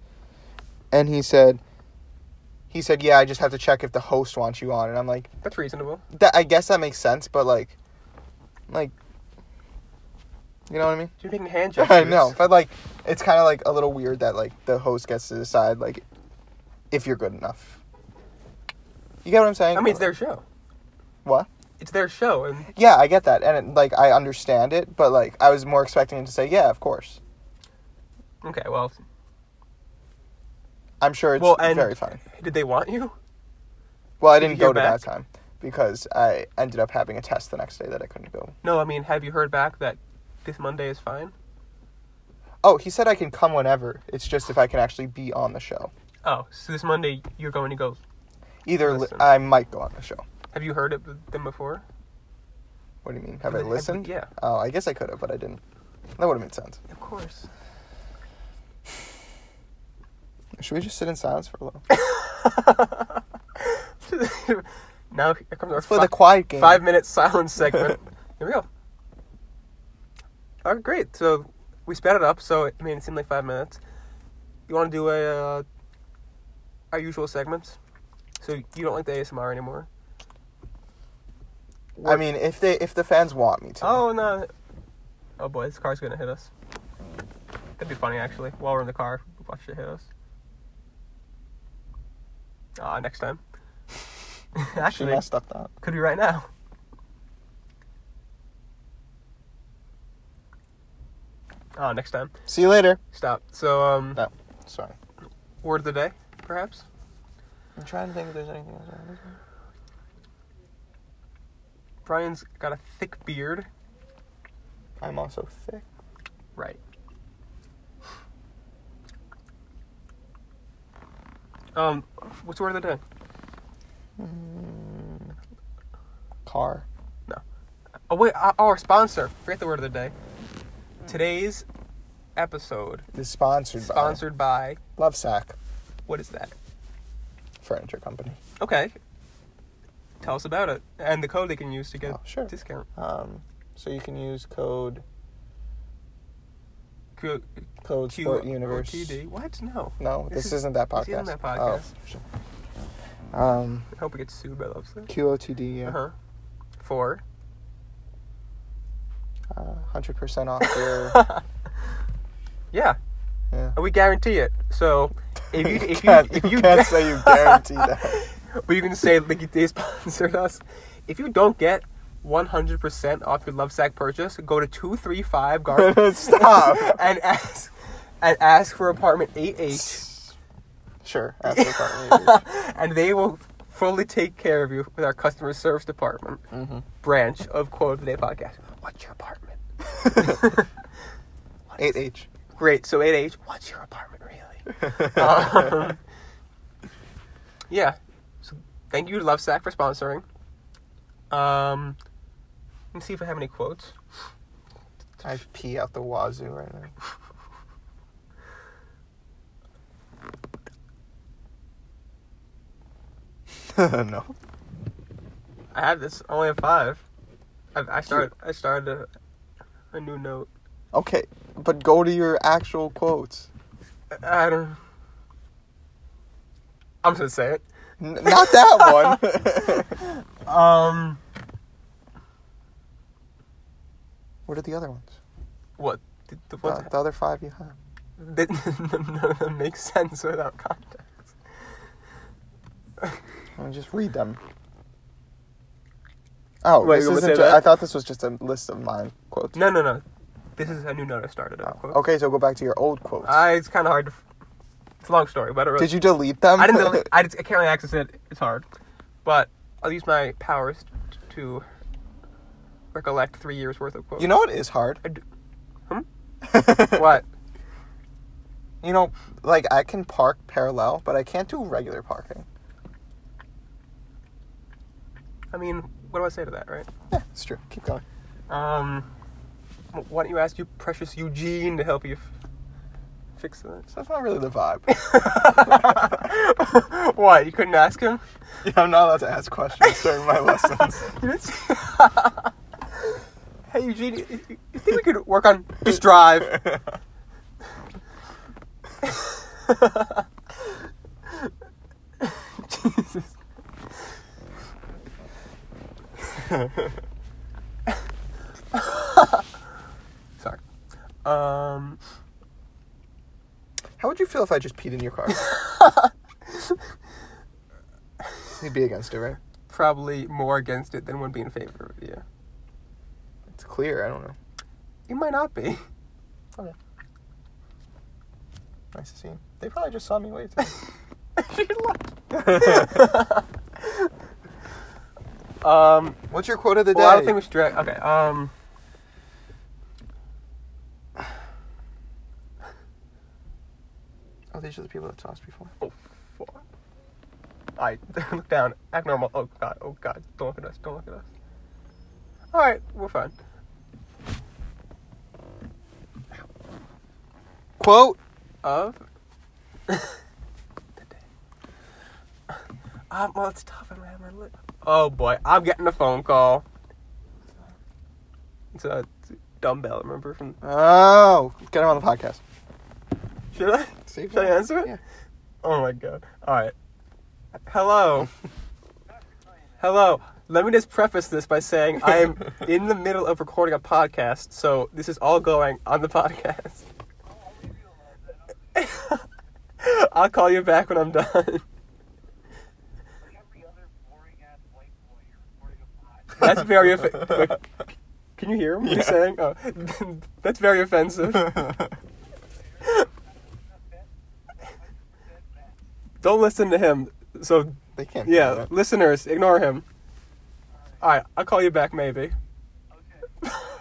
[SPEAKER 1] And he said, he said, yeah, I just have to check if the host wants you on. And I'm like,
[SPEAKER 2] That's reasonable.
[SPEAKER 1] that, I guess that makes sense, but like, like, you know what I mean?
[SPEAKER 2] You're making hand gestures.
[SPEAKER 1] *laughs* I know, but like, it's kind of like a little weird that like the host gets to decide like if you're good enough. You get what I'm saying?
[SPEAKER 2] I mean, it's their show.
[SPEAKER 1] what?
[SPEAKER 2] It's their show, and
[SPEAKER 1] Yeah, I get that, and it, like I understand it, but like I was more expecting him to say, "Yeah, of course."
[SPEAKER 2] okay, well,
[SPEAKER 1] I'm sure it's
[SPEAKER 2] well, and
[SPEAKER 1] very fun.
[SPEAKER 2] Did they want you?
[SPEAKER 1] Well, I
[SPEAKER 2] did you
[SPEAKER 1] didn't go
[SPEAKER 2] hear
[SPEAKER 1] to
[SPEAKER 2] back?
[SPEAKER 1] that time because I ended up having a test the next day that I couldn't go.
[SPEAKER 2] No, I mean, have you heard back that this Monday is fine?
[SPEAKER 1] Oh, he said I can come whenever. It's just if I can actually be on the show.
[SPEAKER 2] Oh, so this Monday you're going to go.
[SPEAKER 1] Either li-
[SPEAKER 2] Listen.
[SPEAKER 1] I might go on the show.
[SPEAKER 2] Have you heard it with them before?
[SPEAKER 1] What do you mean? Have
[SPEAKER 2] Have
[SPEAKER 1] I
[SPEAKER 2] they- have-
[SPEAKER 1] listened?
[SPEAKER 2] yeah.
[SPEAKER 1] Oh, I guess I could have, but I didn't. That would have made sense.
[SPEAKER 2] Of *laughs* course.
[SPEAKER 1] Should we just sit in silence for a little?
[SPEAKER 2] now here comes our
[SPEAKER 1] Let's play the
[SPEAKER 2] fi-
[SPEAKER 1] quiet game.
[SPEAKER 2] five minute silence *laughs* segment. Here we go. All right, great. So we sped it up. So I mean, it seemed like five minutes. You want to do a uh, our usual segments? So you don't like the ASMR anymore?
[SPEAKER 1] I mean, if they if the fans want me to.
[SPEAKER 2] Oh no! Oh boy, this car's gonna hit us. That'd be funny actually. While we're in the car, watch it hit us. Ah, next time. *laughs*
[SPEAKER 1] she
[SPEAKER 2] actually,
[SPEAKER 1] messed up that.
[SPEAKER 2] could be right now. Ah, next time.
[SPEAKER 1] See you later.
[SPEAKER 2] Stop. So, um,
[SPEAKER 1] No, sorry.
[SPEAKER 2] word of the day, perhaps.
[SPEAKER 1] I'm trying to think if there's anything else. I wanna do.
[SPEAKER 2] Brian's got a thick beard.
[SPEAKER 1] I'm also thick.
[SPEAKER 2] Right. Um, what's the word of the day?
[SPEAKER 1] Car.
[SPEAKER 2] Oh wait, our, our sponsor. Forget the word of the day. Today's episode
[SPEAKER 1] Is sponsored,
[SPEAKER 2] sponsored by
[SPEAKER 1] by Lovesack
[SPEAKER 2] what is that?
[SPEAKER 1] Furniture Company.
[SPEAKER 2] Okay. Tell us about it and the code they can use to get
[SPEAKER 1] Oh, sure.
[SPEAKER 2] a discount.
[SPEAKER 1] Um, so you can use code
[SPEAKER 2] Q,
[SPEAKER 1] code
[SPEAKER 2] Q-
[SPEAKER 1] Sport Universe.
[SPEAKER 2] OTD. What? No.
[SPEAKER 1] No,
[SPEAKER 2] This
[SPEAKER 1] this,
[SPEAKER 2] is-
[SPEAKER 1] is, not that podcast.
[SPEAKER 2] this isn't that
[SPEAKER 1] Oh, sure. Um,
[SPEAKER 2] I hope we get sued by Lovesac.
[SPEAKER 1] QOTD. Yeah.
[SPEAKER 2] Uh huh. Four.
[SPEAKER 1] Uh, hundred percent off *laughs* your.
[SPEAKER 2] Yeah,
[SPEAKER 1] Yeah.
[SPEAKER 2] and we guarantee it. So if
[SPEAKER 1] *laughs*
[SPEAKER 2] you if you,
[SPEAKER 1] can't,
[SPEAKER 2] if
[SPEAKER 1] you
[SPEAKER 2] you
[SPEAKER 1] can't say
[SPEAKER 2] *laughs*
[SPEAKER 1] you guarantee that.
[SPEAKER 2] But you can say like they sponsored us. If you don't get 100% off your Love Sack purchase, go to
[SPEAKER 1] *laughs*
[SPEAKER 2] 235
[SPEAKER 1] *laughs*
[SPEAKER 2] Garfield
[SPEAKER 1] Stop.
[SPEAKER 2] *laughs* and ask and ask for apartment 8H
[SPEAKER 1] Sure. After the part
[SPEAKER 2] and they will fully take care of you with our customer service department branch of Quote of the Day podcast. What's your apartment?
[SPEAKER 1] *laughs* Eight H.
[SPEAKER 2] Great. So 8H, what's your apartment
[SPEAKER 1] *laughs*
[SPEAKER 2] really? um, yeah. So thank you to Love Sack for sponsoring. Um, let me see if I have any quotes.
[SPEAKER 1] I pee out the wazoo right now. *laughs* no.
[SPEAKER 2] I have this. I only have five. I, I started. I started a, a new note.
[SPEAKER 1] Okay, but go to your actual quotes.
[SPEAKER 2] I, I don't. I'm just gonna say it.
[SPEAKER 1] N- not that one.
[SPEAKER 2] Um.
[SPEAKER 1] What are the other ones?
[SPEAKER 2] What? The, the,
[SPEAKER 1] The,
[SPEAKER 2] what
[SPEAKER 1] the other five you have.
[SPEAKER 2] *laughs* that, none of them make sense without context.
[SPEAKER 1] Let me just read them. Oh,
[SPEAKER 2] Wait,
[SPEAKER 1] this
[SPEAKER 2] you wanna
[SPEAKER 1] isn't
[SPEAKER 2] say
[SPEAKER 1] ju-
[SPEAKER 2] that?
[SPEAKER 1] I thought this was just a list of mine quotes.
[SPEAKER 2] No, no, no. This is a new note I started.
[SPEAKER 1] Oh,
[SPEAKER 2] on. quote.
[SPEAKER 1] Okay, so go back to your old quotes.
[SPEAKER 2] I, Uh, it's kind of hard to. f- It's a long story, but I don't really.
[SPEAKER 1] Did you delete them?
[SPEAKER 2] I didn't.
[SPEAKER 1] *laughs*
[SPEAKER 2] Delete, I, just, I can't really access it. It's hard, but I'll use my powers t- to recollect three years worth of quotes.
[SPEAKER 1] you know what is hard?
[SPEAKER 2] I do-
[SPEAKER 1] *laughs*
[SPEAKER 2] what?
[SPEAKER 1] You know, like I can park parallel, but I can't do regular parking.
[SPEAKER 2] I mean, what do I say to that, right?
[SPEAKER 1] Yeah, it's true. Keep going.
[SPEAKER 2] Um, wh- why don't you ask you precious Eugene to help you f- fix
[SPEAKER 1] So that's not really the *laughs* vibe.
[SPEAKER 2] that? *laughs* what? You couldn't ask him? *laughs*
[SPEAKER 1] yeah, I'm not allowed to ask questions during *laughs* my lessons.
[SPEAKER 2] You didn't see- *laughs* hey Eugene, you- you you think we could work on just
[SPEAKER 1] *laughs*
[SPEAKER 2] drive? Jesus. Sorry. Um,
[SPEAKER 1] How would you feel if I just peed in your *laughs* car? You'd be against it, right?
[SPEAKER 2] probably more against it than would be in favor of it. Yeah,
[SPEAKER 1] It's clear. I don't know.
[SPEAKER 2] it might not be. *laughs*
[SPEAKER 1] Nice to see you. They probably just saw me wave. to you.
[SPEAKER 2] She
[SPEAKER 1] *laughs*
[SPEAKER 2] laughed. um,
[SPEAKER 1] What's your quote of the day?
[SPEAKER 2] well, I don't think we should drag. Okay. Um.
[SPEAKER 1] oh, these are the people that saw us before.
[SPEAKER 2] Oh, fuck. I *laughs* look down. Act normal. Oh god. Oh god. Don't look at us. Don't look at us. All right, we're fine.
[SPEAKER 1] Quote.
[SPEAKER 2] Of *laughs* the day. Um, well, it's tough. I don't have my lip. Oh boy, I'm getting a phone call. It's a dumbbell. Remember from? *laughs*
[SPEAKER 1] Oh, get him on the podcast.
[SPEAKER 2] Should I?
[SPEAKER 1] See,
[SPEAKER 2] Should I answer it?
[SPEAKER 1] Yeah.
[SPEAKER 2] Oh my god. All right. Hello. *laughs* Hello. Let me just preface this by saying I am in the middle of recording a podcast, so this is all going on the podcast. *laughs* I'll call you back when I'm done. *laughs* That's very offe- like, Can you hear what
[SPEAKER 1] Yeah.
[SPEAKER 2] he's saying? Oh, *laughs* that's very offensive.
[SPEAKER 1] *laughs*
[SPEAKER 2] Don't listen to him. So
[SPEAKER 1] *laughs* they can't. do
[SPEAKER 2] yeah,
[SPEAKER 1] that.
[SPEAKER 2] listeners, ignore him. All right, I'll call you back maybe.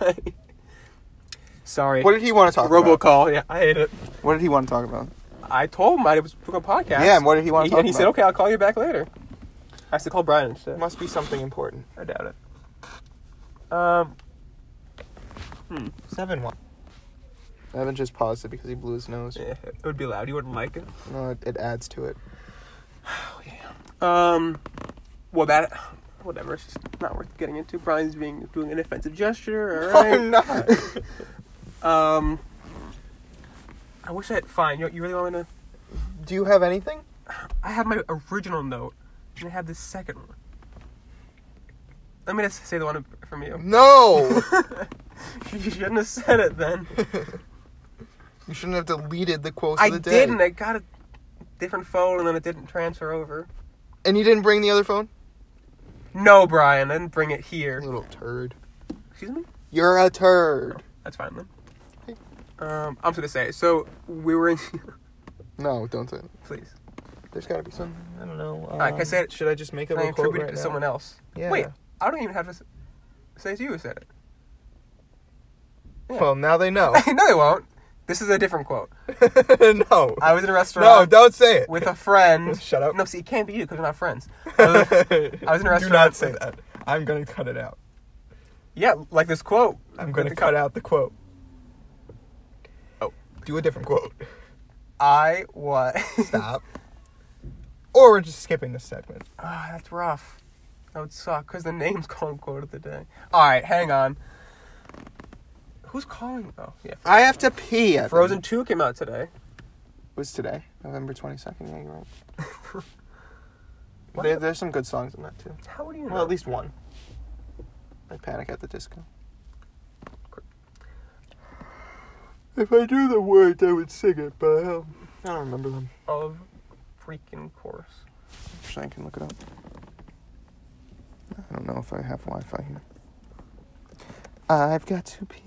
[SPEAKER 2] *laughs* Sorry.
[SPEAKER 1] What did he want to talk about?
[SPEAKER 2] Robocall. Yeah, I hate it.
[SPEAKER 1] What did he want to talk about?
[SPEAKER 2] I told him I was doing a podcast.
[SPEAKER 1] Yeah, and what did he want to talk
[SPEAKER 2] And he said,
[SPEAKER 1] about?
[SPEAKER 2] "Okay, I'll call you back later." I have to call Brian instead.
[SPEAKER 1] It must be something important.
[SPEAKER 2] I doubt it. Um,
[SPEAKER 1] Seven one. Evan just paused it because he blew his nose.
[SPEAKER 2] yeah, it would be loud. You wouldn't like it.
[SPEAKER 1] No, it, it adds to *laughs* it.
[SPEAKER 2] Um, well, that, whatever. It's just not worth getting into. Brian's being doing an offensive gesture.
[SPEAKER 1] *laughs*
[SPEAKER 2] All right.
[SPEAKER 1] I'm not.
[SPEAKER 2] Um, I wish I had. Fine. You, you really want me to?
[SPEAKER 1] Do you have anything?
[SPEAKER 2] I have my original note, and I have this second one. Let me just say the one from you.
[SPEAKER 1] *laughs* No.
[SPEAKER 2] *laughs* you shouldn't have said it then.
[SPEAKER 1] you shouldn't have deleted the quotes
[SPEAKER 2] I
[SPEAKER 1] of the day.
[SPEAKER 2] didn't. I got a different phone, and then it didn't transfer over.
[SPEAKER 1] And you didn't bring the other phone.
[SPEAKER 2] No, Brian, I didn't bring it here.
[SPEAKER 1] Little turd.
[SPEAKER 2] Excuse me.
[SPEAKER 1] You're a turd.
[SPEAKER 2] That's fine then. Um, I'm just gonna say. So we were in. *laughs*
[SPEAKER 1] No, don't say. It.
[SPEAKER 2] please.
[SPEAKER 1] There's got to be some. I don't know. Um,
[SPEAKER 2] right, can I say it?
[SPEAKER 1] Should I just make up
[SPEAKER 2] I
[SPEAKER 1] a quote
[SPEAKER 2] attributed
[SPEAKER 1] right
[SPEAKER 2] to
[SPEAKER 1] now?
[SPEAKER 2] someone else.
[SPEAKER 1] Yeah.
[SPEAKER 2] Wait, I don't even have to s- say it's you who said it. *laughs*
[SPEAKER 1] Well, now they *laughs* know.
[SPEAKER 2] no, they won't. This is a different quote.
[SPEAKER 1] no.
[SPEAKER 2] I was in
[SPEAKER 1] No,
[SPEAKER 2] a restaurant
[SPEAKER 1] don't say it.
[SPEAKER 2] with a friend.
[SPEAKER 1] *laughs* Shut up.
[SPEAKER 2] No, see, it can't be you because we're
[SPEAKER 1] *laughs*
[SPEAKER 2] not friends. Uh,
[SPEAKER 1] I *laughs*
[SPEAKER 2] was in a
[SPEAKER 1] Do
[SPEAKER 2] restaurant
[SPEAKER 1] not say
[SPEAKER 2] with-
[SPEAKER 1] that. I'm gonna cut it out.
[SPEAKER 2] yeah, like this quote.
[SPEAKER 1] I'm
[SPEAKER 2] with
[SPEAKER 1] gonna
[SPEAKER 2] the
[SPEAKER 1] cut
[SPEAKER 2] co-
[SPEAKER 1] out the quote.
[SPEAKER 2] Oh.
[SPEAKER 1] Do a different quote.
[SPEAKER 2] I what?
[SPEAKER 1] Stop. or we're just skipping this segment.
[SPEAKER 2] *laughs* Ah, that's rough. That would suck because the name's calling quote of the day. All right, hang on. Who's calling? Oh, yeah.
[SPEAKER 1] I have to pee. Evan.
[SPEAKER 2] Frozen Two came out today.
[SPEAKER 1] was today, November twenty second. Yeah, you're right. *laughs*
[SPEAKER 2] What?
[SPEAKER 1] there, there's some good songs in that too.
[SPEAKER 2] How do you know?
[SPEAKER 1] Well, at least one. Like Panic at the Disco. If I knew the words, I would sing it, but um, I don't remember them.
[SPEAKER 2] Of freaking course.
[SPEAKER 1] Actually, I can look it up. I don't know if I have Wi Fi here. I've got to pee.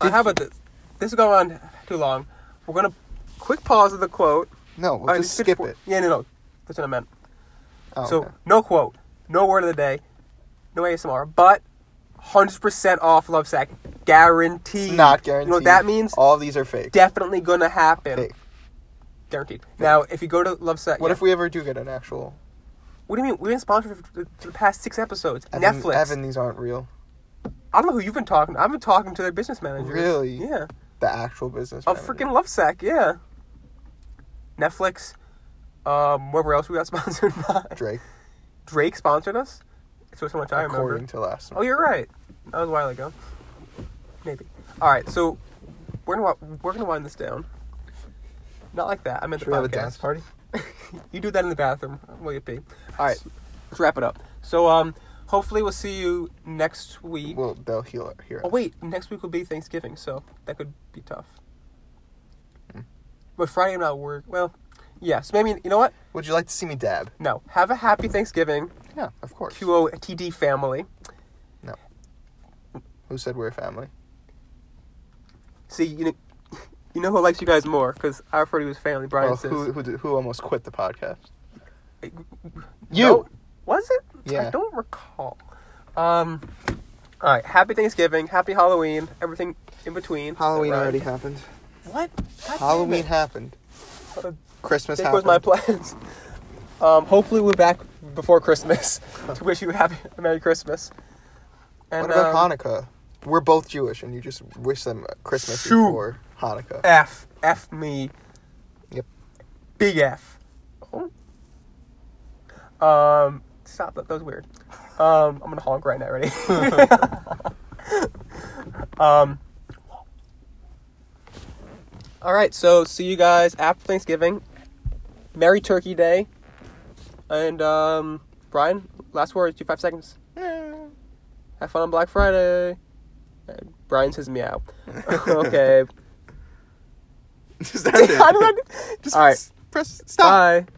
[SPEAKER 2] Uh, how about this? This is going on too long. We're gonna quick pause of the quote.
[SPEAKER 1] No, we'll
[SPEAKER 2] All right,
[SPEAKER 1] just
[SPEAKER 2] skip
[SPEAKER 1] skip
[SPEAKER 2] for-
[SPEAKER 1] it.
[SPEAKER 2] Yeah, no, no. That's what I meant.
[SPEAKER 1] Oh,
[SPEAKER 2] so
[SPEAKER 1] okay.
[SPEAKER 2] no quote, no word of the day, no ASMR, but hundred percent off love sack, guaranteed.
[SPEAKER 1] It's not
[SPEAKER 2] You
[SPEAKER 1] guaranteed.
[SPEAKER 2] know what that means?
[SPEAKER 1] All these are fake.
[SPEAKER 2] Definitely gonna happen.
[SPEAKER 1] fake.
[SPEAKER 2] Guaranteed. Now, if you go to love sack,
[SPEAKER 1] What if we ever do get an actual
[SPEAKER 2] What do you mean? We've been sponsored for the, for the past six episodes.
[SPEAKER 1] Evan,
[SPEAKER 2] Netflix.
[SPEAKER 1] Evan, these aren't real.
[SPEAKER 2] I don't know who you've been talking. to. I've been talking to their business manager.
[SPEAKER 1] Really?
[SPEAKER 2] Yeah.
[SPEAKER 1] The actual business.
[SPEAKER 2] A
[SPEAKER 1] manager.
[SPEAKER 2] freaking love sack. Yeah. Netflix. Um, wherever else we got *laughs* sponsored by.
[SPEAKER 1] Drake,
[SPEAKER 2] Drake sponsored us. So so much I remember.
[SPEAKER 1] according to last.
[SPEAKER 2] Oh, you're right. That was a while ago. Maybe. All right, so we're gonna wi- we're gonna wind this down. Not like that. I meant
[SPEAKER 1] Should
[SPEAKER 2] the
[SPEAKER 1] we
[SPEAKER 2] podcast.
[SPEAKER 1] have a dance party?
[SPEAKER 2] you do that in the bathroom while you pee. All right, let's wrap it up. So um, hopefully we'll see you next week.
[SPEAKER 1] Well, they'll heal it here.
[SPEAKER 2] Oh wait, next week will be Thanksgiving, so that could be tough. But Friday I'm not work. Well, yeah. So maybe you know what?
[SPEAKER 1] Would you like to see me dab?
[SPEAKER 2] No. Have a happy Thanksgiving,
[SPEAKER 1] Yeah, of course.
[SPEAKER 2] QOTD family.
[SPEAKER 1] Who said we're a family?
[SPEAKER 2] See, you know, you know who likes you guys more because I refer to his family. Brian
[SPEAKER 1] Well,
[SPEAKER 2] says
[SPEAKER 1] Oh, who, who d- who almost quit the podcast?
[SPEAKER 2] No, was it? I
[SPEAKER 1] Yeah.
[SPEAKER 2] don't recall. Um, all right. Happy Thanksgiving. Happy Halloween. Everything in between.
[SPEAKER 1] Halloween
[SPEAKER 2] Right.
[SPEAKER 1] already happened.
[SPEAKER 2] What? God damn
[SPEAKER 1] Halloween
[SPEAKER 2] it.
[SPEAKER 1] happened.
[SPEAKER 2] Uh,
[SPEAKER 1] Christmas
[SPEAKER 2] There
[SPEAKER 1] happened.
[SPEAKER 2] goes my plans. *laughs* Um, hopefully we're back before Christmas *laughs* to wish you a happy a Merry Christmas. And
[SPEAKER 1] what about
[SPEAKER 2] um,
[SPEAKER 1] Hanukkah? We're both Jewish, and you just wish them Christmas
[SPEAKER 2] Shoot. Eh.
[SPEAKER 1] before Hanukkah.
[SPEAKER 2] F F me.
[SPEAKER 1] Yep. *laughs*
[SPEAKER 2] Big F. Oh. Um. Stop that. That was weird. Um. I'm gonna honk right now. Ready? *laughs* um. All right. So see you guys after Thanksgiving. Merry Turkey Day. And um, Brian, last words. You have five seconds. Have fun on Black Friday. And Brian says meow. *laughs* okay.
[SPEAKER 1] Just end it.
[SPEAKER 2] How did *laughs* I do-
[SPEAKER 1] Just
[SPEAKER 2] All right. Uh,
[SPEAKER 1] s- press stop.
[SPEAKER 2] Bye.